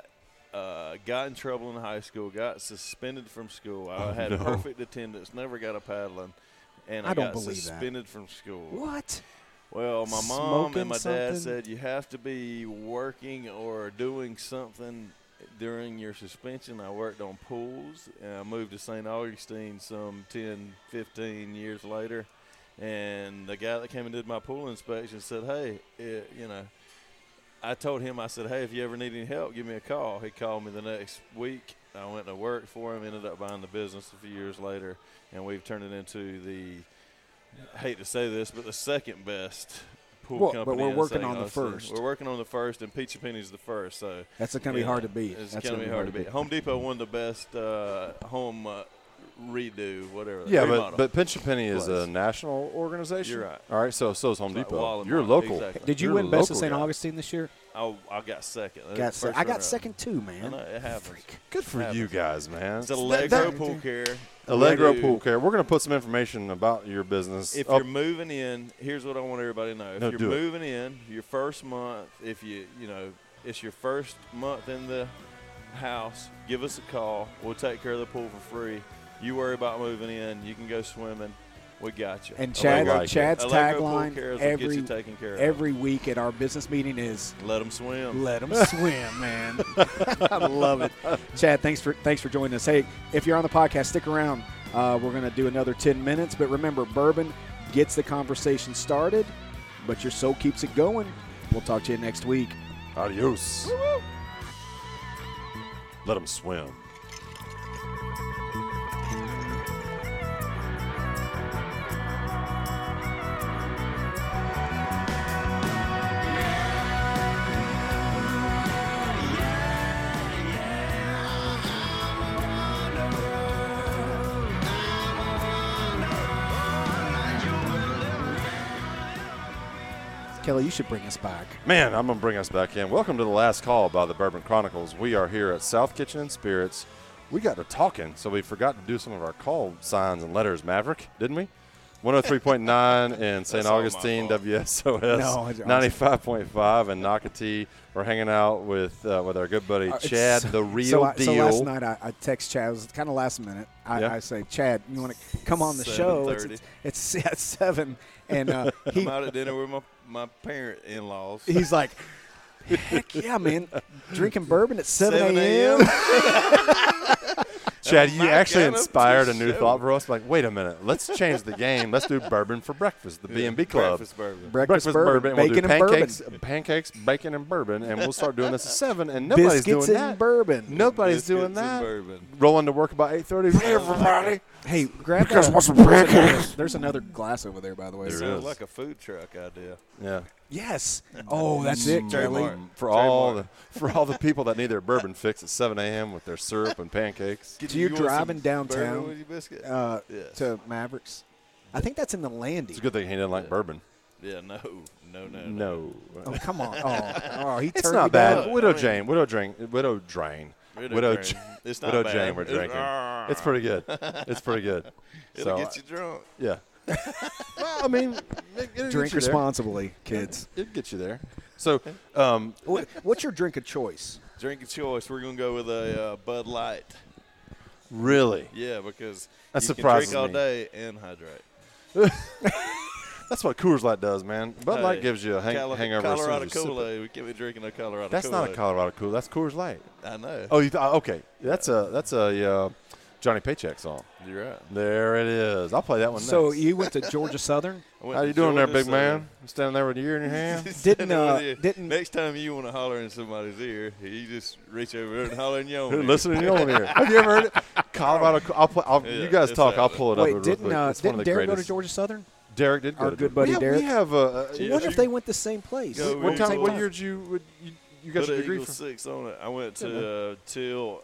uh, got in trouble in high school. Got suspended from school. I Oh, had no. perfect attendance. Never got a paddling. And I, I don't got believe that. suspended from school. What? Well, my mom Smoking and my something? dad said you have to be working or doing something during your suspension. I worked on pools and I moved to St. Augustine some 10, 15 years later. And the guy that came and did my pool inspection said, Hey, it, you know, I told him, I said, Hey, if you ever need any help, give me a call. He called me the next week. I went to work for him, ended up buying the business a few years later, and we've turned it into the I hate to say this, but the second best pool Well, but company. we're in working St. on the Augustine. first. We're working on the first, and Peachy Penny's the first. So That's gonna be yeah, hard to beat. It's That's gonna be hard to beat. Home Depot won the best uh, home uh, redo, whatever. Yeah, remodel. but but Pinch a Penny is a Place. national organization. You're right. All right, so so is Home It's like Depot. Walmart, You're local. exactly. Did you You're win a Best of local St. guy. Augustine this year? I, Oh, I got second. That was Got the se- first I got runner-up. second too, I man. know, it happens. Good for Happens. you guys, man. It's a That- Allegro that- pool care. Allegro They do- Pool Care. We're going to put some information about your business. If up- you're moving in, here's what I want everybody to know. If No, you're do it. moving in, your first month, if you you know, it's your first month in the house, give us a call. We'll take care of the pool for free. You worry about moving in, you can go swimming. We got you. And I Chad, like it. Chad's Allegro Pool tagline Cares will get you every taken care of. every week at our business meeting is let them swim. Let <laughs> them swim, man. <laughs> I love it. Chad, thanks for thanks for joining us. Hey, if you're on the podcast, stick around. Uh, we're gonna do another ten minutes, but remember, bourbon gets the conversation started, but your soul keeps it going. We'll talk to you next week. Adios. Let them swim. Kelly, you should bring us back. Man, I'm going to bring us back in. Welcome to the last call by the Bourbon Chronicles. We are here at South Kitchen and Spirits. We got to talking, so we forgot to do some of our call signs and letters, Maverick, didn't we? <laughs> 103.9 in St. all my Augustine, fault. WSOS. No, it's awesome. 95.5 in Nocatee. We're hanging out with uh, with our good buddy Chad, It's- the <laughs> real so I, deal. So last night I, I text Chad. It was kind of last minute. I, Yeah. I say, Chad, you want to come on the show? It's, it's, 7:30. <laughs> it's at seven, and <laughs> uh, he I'm out at dinner with my, my parent in laws. he's like, heck yeah, man, drinking bourbon at seven, 7 a.m. a.m. Chad, you my actually God, up to inspired a new show. thought for us. Like, wait a minute, let's change the game. Let's do bourbon for breakfast, the B and B Club. Breakfast <laughs> bourbon. breakfast, bourbon, We'll bacon do and bourbon, pancakes, pancakes, bacon and bourbon, and we'll start <laughs> doing this at seven. And nobody's biscuits doing and that. bourbon. Nobody's Biscuits doing and that. bourbon. Rolling to work by eight <laughs> thirty. Everybody. Hey, grab Because that. what's a there's, brick? <laughs> another, there's another glass over there, by the way. There So- is. Sounds like a food truck idea. Yeah. <laughs> Mm, Yes. Oh, that's it, Kelly. Trademark. For all the Trademark. for all the people that need their bourbon fix at seven a.m. with their syrup and pancakes. Do you want some driving bourbon downtown, with your biscuit? Uh, Yes. To Mavericks. I think that's in the Landy. It's a good thing he didn't like <laughs> bourbon. yeah, no, no, no, no. No. Oh, come on. Oh, oh he <laughs> It's turned not me down. bad. Widow Jane. Widow Drain. Widow Drain. Widow Jane. Jane- <laughs> It's not Widow bad. Jane we're It's- drinking. It's pretty good. It's pretty good. <laughs> It'll so, uh, get you drunk. yeah. <laughs> well, I mean, it, it'll Drink get you there. responsibly, kids. It gets you there. So, uh, um, What, what's your drink of choice? Drink of choice. We're gonna go with a uh, Bud Light. really, Yeah, because That you can surprises drink all me. day and hydrate. that's what Coors Light does, man. Bud Light Hey, gives you a hang- Cali- hangover. as soon Colorado as you sip it. Kool Aid. We can't be drinking no Colorado. That's Kool-Aid. not a Colorado Cool. That's Coors Light. I know. Oh, you th- okay. That's a that's a uh, Johnny Paycheck song. you're right. There it is. I'll play that one So next. you went to Georgia <laughs> Southern. I went How to you doing there, Georgia, big so- <laughs> man? I'm standing there with a year in your hand. Didn't, Standing uh, with you. didn't- next time you want to holler in somebody's ear, you just reach over there and holler in your own. Who ear. listening to you on here? Have you ever heard it? Colorado. Cool- I'll play, I'll, you Yeah, guys it's talk. out I'll there. pull it up. real Wait, didn't quick. uh, It's one didn't of the Derek go to greatest- Georgia Southern? Derek did go Our to good Georgia. buddy we have, Derek. We have a. Yeah, what you- if they went the same place? Go what Eagles. time? What Eagles. year did you? What, you, you got Put your an degree Eagle from? six on it. I went to uh, till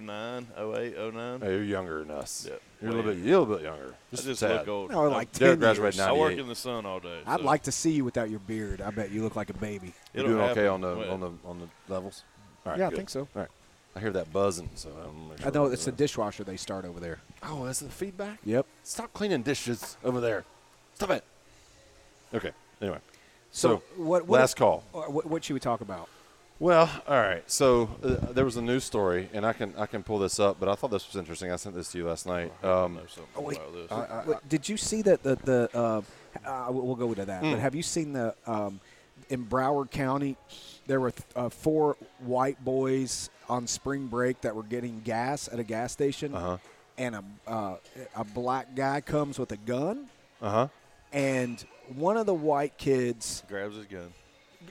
09, 08, 09. Oh, you're younger than us. Yeah. You're a little bit. You're a little bit younger. I Just just sad. look old. No, like Derek 10 graduated years. I work 98. in the sun all day. I'd so like to see you without your beard. I bet you look like a baby. You're it'll doing okay happen. on the Wait, on the on the levels. All right, yeah, good. I think so. All right. I hear that buzzing, so I'm. gonna I make know sure it's the that- dishwasher they start over there. Oh, that's the feedback. Yep. Stop cleaning dishes over there. Stop it. Okay. Anyway. So, So, what, what last call. or What, what should we talk about? Well, all right. So uh, there was a news story, and I can I can pull this up, but I thought this was interesting. I sent this to you last night. Um, know something Oh, wait. about this. Wait, did you see that the the uh, uh, we'll we'll go into that. Mm. But have you seen the um, in Broward County? There were th- uh, four white boys on spring break that were getting gas at a gas station, Uh-huh. and a uh, a black guy comes with a gun, uh huh. and one of the white kids Grabs his gun.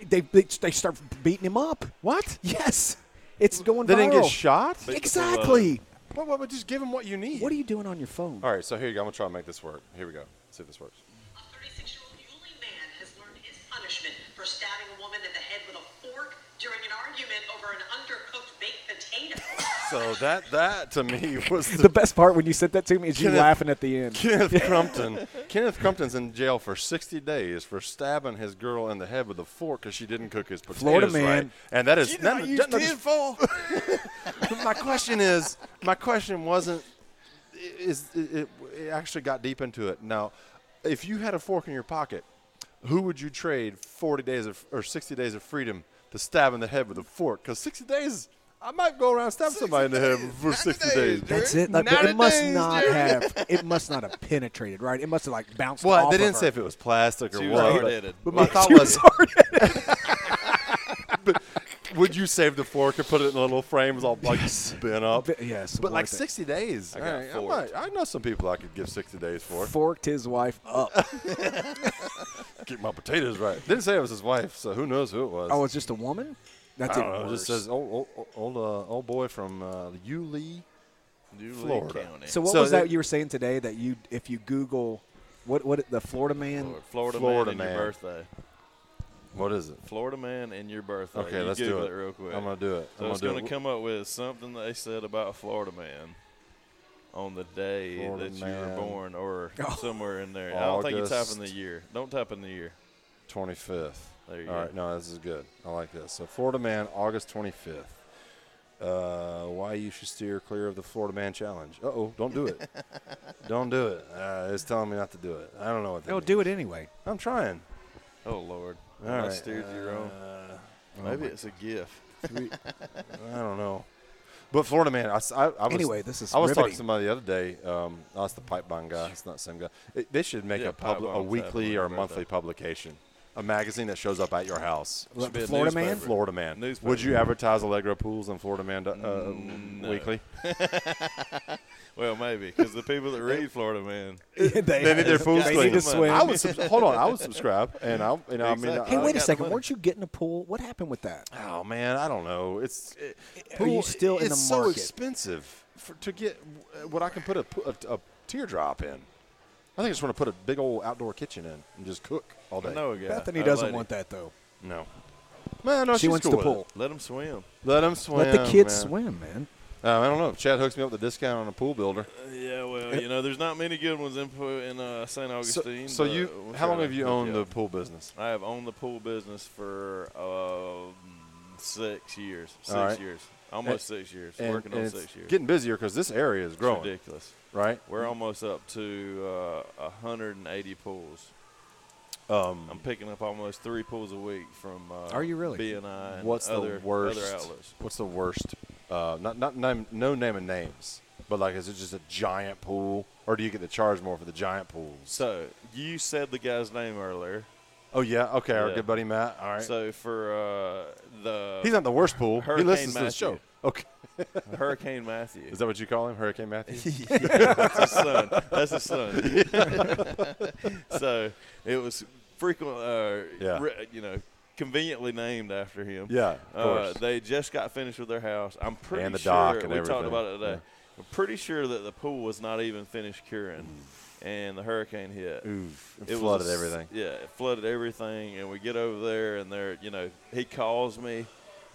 they they, they start beating him up. What? Yes, it's going. They viral. didn't get shot. They- Exactly. What? What? Just give them what you need. What are you doing on your phone? All right. So here you go. I'm gonna try and make this work. Here we go. See if this works. A 36-year-old Yulee man has learned his punishment for stabbing a woman in the head with a fork during an argument over an undercooked baked potato. So that that to me <laughs> was The best part when you said that to me is you Kenneth- laughing at the end. Kenneth <laughs> Crumpton. Kenneth Crumpton's in jail for 60 days for stabbing his girl in the head with a fork because she didn't cook his potatoes Florida right. man. And that is She did not use that- <laughs> my question is, my question wasn't. Is it, it, it actually got deep into it? Now, if you had a fork in your pocket, who would you trade 40 days of, or 60 days of freedom to stab in the head with a fork? Because 60 days. I might go around stabbing somebody in the head for 60 days. That's it. Like, but it must not have. It must not have penetrated, right? It must have like bounced. Well, off they of didn't her. <laughs> say if it was plastic or She was what. hard-headed. But, but <laughs> my thought She was was, hard-headed. <laughs> would you save the fork and put it in a little frame? It's all like bent up. But- yes, but like worth it. 60 days. got Alright, I, forked. might- I know some people I could give 60 days for. Forked his wife <laughs> up. Get my potatoes right. Didn't say it was his wife, so who knows who it was. Oh, it's just a woman. That's I don't even know. It just worse. says old old old, uh, old boy from uh, Yulee. New Florida. County. So what So was that it- you were saying today that you if you Google what what the Florida man? Florida, Florida, Florida man, man. and your birthday. What is it? Florida man and your birthday. Okay, You let's Google do it. real quick. I'm gonna do it. so I'm it's gonna do gonna it. come up with something they said about Florida man on the day Florida that you man. were <laughs> born or Oh. somewhere in there. I don't think you type August. in the year. Don't type in the year. 25th. There you All go. right, no, this is good. I like this. So Florida Man, August 25th. Uh, why you should steer clear of the Florida Man Challenge. Uh oh, don't do <laughs> it. don't do it. Uh, it's telling me not to do it. I don't know what. Oh, do it anyway. I'm trying. Oh Lord. All I right, steered you wrong. Uh, Maybe it's a gift. three- I don't know. But Florida Man, I, s- I- I was, Anyway, this is I was talking riveting. to somebody the other day. Um, that's the pipeline guy. It's not the same guy. It, they should make Yeah, a public, a Pipeline's weekly definitely or a right monthly there. publication, a magazine that shows up at your house. Should be a Florida man. newspaper. Florida Man. Newspaper. Mm, Would you advertise Allegro Pools on Florida Man uh, Weekly? Well, maybe because the <laughs> people that read Florida man. <laughs> they, <laughs> They need their pools They clean. need to clean. swim. I would sub- hold on. I would subscribe, and I, you know, I mean, Exactly. hey, I- wait I a got second. money. Weren't you getting a pool? What happened with that? Oh man, I don't know. It's it, Are you still in the it's so market? expensive for, to get w- what I can put a, pu- a, a teardrop in. I think I just want to put a big old outdoor kitchen in and just cook all day. I know a guy. Bethany a doesn't lady. want that though. no. Man, no, she she's wants cool to with pool. it. Let them swim. Let them swim. Let the kids man. swim, man. Uh, I don't know. Chad hooks me up with a discount on a pool builder. Yeah, well, you know, there's not many good ones in Po- in uh, St. Eh. So, Augustine. so but you, we'll how try long to have you hook owned the up. pool business? I have owned the pool business for um, six years. Six All right. Eh, years. Almost six years. And, working and on it's six years. getting busier because this area is It's growing, ridiculous. right? We're almost up to uh, 180 pools. Um, I'm picking up almost three pools a week from. Uh, Are you really? BNI and what's other, the worst? other outlets. What's the worst? Uh, not not name, no name of names, but like is it just a giant pool, or do you get to charge more for the giant pools? So you said the guy's name earlier. Oh yeah, okay, our Yeah. good buddy Matt. All right, So for uh, the he's not the worst pool. he Hurricane listens to the show. Matthew. Okay, Hurricane Matthew. is that what you call him, Hurricane <laughs> Matthew? That's his son. That's <laughs> his son. so it was frequent, uh, Yeah. re- you know, conveniently named after him. yeah, of Uh, course. they just got finished with their house. I'm pretty the sure dock and we everything. talked about it today. Yeah. I'm pretty sure that the pool was not even finished curing, and the hurricane hit. Oof, Mm-hmm. it It was a flooded s- everything. Yeah, it flooded everything, and we get over there, and there, you know, he calls me.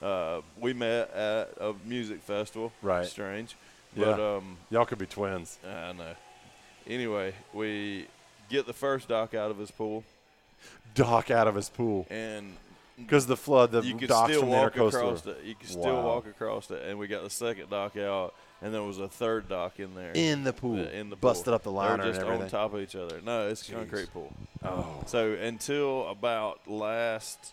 Uh, we met at a music festival. Right. Strange, Yeah. but um, Y'all could be twins. I know. Anyway, we get the first dock out of his pool, Dock out of his pool and because the flood, the you could docks still from the walk intercoastal. across it. You could still Wow. walk across it, and we got the second dock out, and there was a third dock in there. in the pool, Yeah, in the pool. busted up the liner They were just and everything. on top of each other. No, it's a concrete pool. Oh, So until about last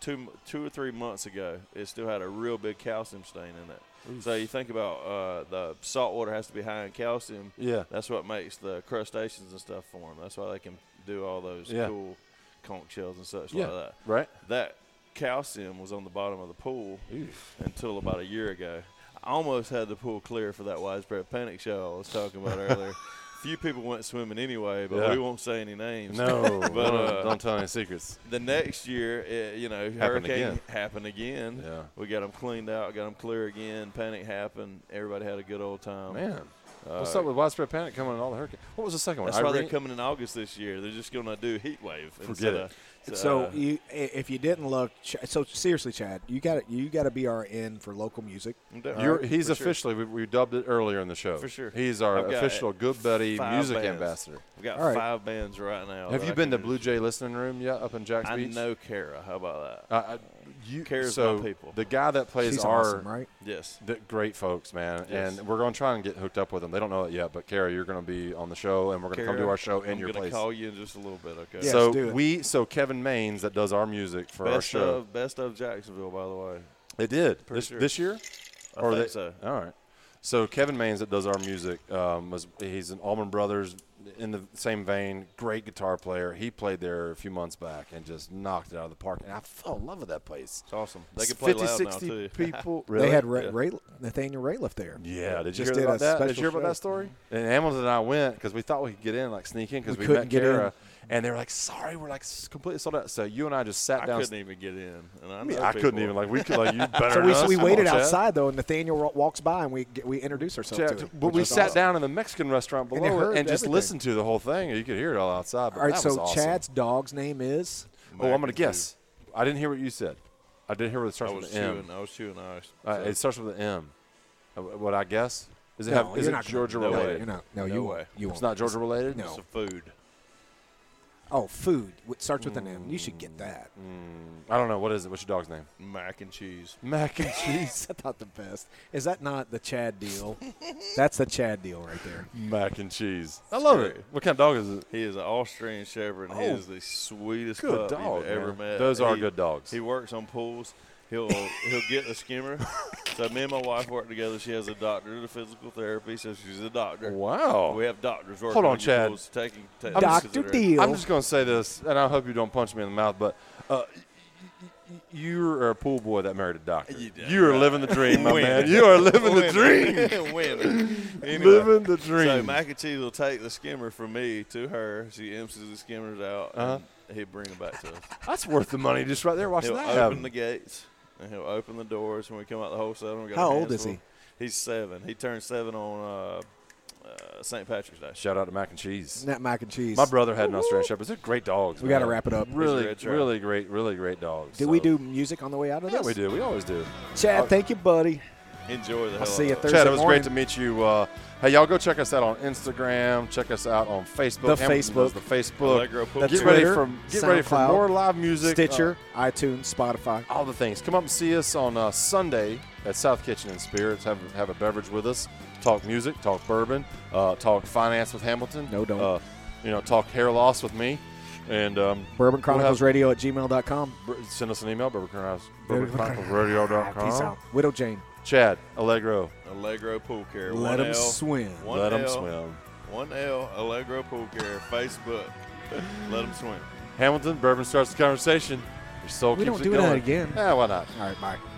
two m- two or three months ago, it still had a real big calcium stain in it. So you think about uh, the salt water has to be high in calcium. yeah. That's what makes the crustaceans and stuff form. That's why they can do all those Yeah. cool conch shells and such Yeah. like that. Right? That calcium was on the bottom of the pool until about a year ago. I almost had the pool clear for that widespread panic show I was talking <laughs> about earlier. Few people went swimming anyway, but Yeah. we won't say any names. <laughs> No, But, don't, uh, don't tell any secrets. <laughs> The next year, it, you know, hurricane again. happened again. Yeah. We got them cleaned out, got them clear again. Panic happened. Everybody had a good old time. Man, what's up with widespread panic coming in all the hurricanes? What was the second one? Uh, That's why they're Irene? coming in August this year. They're just going to do heat wave. Forget instead it. Of, So uh, you, i- if you didn't love, Ch- so seriously, Chad, you got to you got to be our in for local music. I'm down. You're, All right, he's for sure. officially, we, we dubbed it earlier in the show. For sure. He's our I've got official Good Buddy five music bands. ambassador. We've got All right. five bands right now. Have that you I been to can- Blue Jay Listening Room yet up in Jack's I Beach? know Kara. How about that? Uh, I, you, Kara's so my people. The guy that plays She's our. awesome, right? Yes. Th- great folks, man, Yes. and we're gonna try and get hooked up with them. They don't know it yet, but Kara, you're gonna be on the show, and we're gonna come do Kara, our show in I'm your gonna place. call you in just a little bit, okay? Yes, so do it. we, so Kevin Maines that does our music for our best show, of best of Jacksonville, by the way. They did Pretty this, sure. this year, I think so. All right. So Kevin Maines that does our music um, was he's an Allman Brothers in the same vein. Great guitar player. He played there a few months back and just knocked it out of the park. And I fell in love with that place. It's awesome. They It's can play 50, loud 60 now too. <laughs> people. Really? They had Ra- Yeah. Ray, Nathaniel Rateliff there. Yeah, did you Just hear did about a that? Did you special hear about show. that story? And Hamilton and I went because we thought we could get in, like sneak in, because We we, couldn't met get Kara, in. and they were like, "Sorry, we're like s- completely sold out." So you and I just sat I down. couldn't even get in, and I, I, mean, know I couldn't people- even like we could like you better. <laughs> So than we, so us. we Come on, waited Chad. outside though, and Nathaniel wa- walks by, and we get- we introduce ourselves Yeah, to him. but which we is sat awesome. down in the Mexican restaurant And below it it, heard and just everything. listened to the whole thing. You could hear it all outside. But All right, that so was awesome. Chad's dog's name is. Oh, I'm American gonna guess. I didn't hear what you said. I did hear what it I starts was with an M. chewing. I was chewing ice. Uh, so- it starts with an M. Uh, What I guess is it No, have, you're is it not gonna- Georgia no, related? You're not. No, No you way. won't. You won't. It's not Georgia related. it's No. a food. Oh, food. It starts with an M. You should Mm. get that. <laughs> I don't know. What is it? What's your dog's name? <laughs> Mac and cheese. Mac and Jeez, I thought the best. Is that not the Chad <laughs> deal? That's the Chad deal right there. Mac and cheese. I love it. great. What kind of dog is it? He is an Austrian Shepherd, and he Oh, is the sweetest good pup dog, you've ever man. met. Those are He- good dogs. He works on pools. He'll he'll get <laughs> a skimmer. So me and my wife work together. She has a doctor to physical therapy, so she's a doctor. Wow. We have doctors working Hold on, your Chad. pools, taking, taking Dr. consideration. Deal. I'm just going to say this, and I hope you don't punch me in the mouth, but uh, y- y- y- you are a pool boy that married a doctor. You did, are right. living the dream, my <laughs> Winner. man. You are living the dream. <laughs> Winner. Winner. Anyway, Living the So dream. mac and cheese will take the skimmer from me to her. She empties the skimmers out, Uh-huh. and he'll bring them back to us. That's worth the money just right there. Watch He'll that. open happen. the gates and he'll open the doors when we come out the wholesale. and We got How our old hands is he? full. He's seven. He turned seven on uh, uh, St. Patrick's Day. Shout out to Mac and Cheese. Snap mac and cheese. My brother had an Australian Shepherd. They're great dogs. We gotta man. wrap it up. He's a Really, great dog. really great, really great dogs. Did we so- do music on the way out of this? Yeah, we do. We always do. Chad, thank you, buddy. Enjoy the hell I'll see out you of it. Thursday Chad, it was morning. great to meet you. Uh, hey, y'all, go check us out on Instagram. Check us out on Facebook. The Hamilton does Facebook. The Facebook. Allegro Pulpit. get ready Twitter, for get ready for SoundCloud, more live music. Stitcher, iTunes, Spotify. uh, all the things. Come up and see us on uh, Sunday at South Kitchen and Spirits. Have have a beverage with us. Talk music. Talk bourbon. Uh, talk finance with Hamilton. No, don't. Uh, you know, talk hair loss with me. And um, Bourbon Chronicles we'll have- Radio at gmail.com. br- Send us an email. Bourbon Chronicles. Bourbon Bourbon Chronicles Radio dot com. Peace out. Widow Jane. Chad Allegro. Allegro Pool Care. Let one 'em L, swim. One Let 'em L, swim. One L Allegro Pool Care. Facebook. <laughs> Let them swim. Hamilton, bourbon starts the conversation. Your soul We keeps don't it do going. that again. Yeah, why not? All right, bye.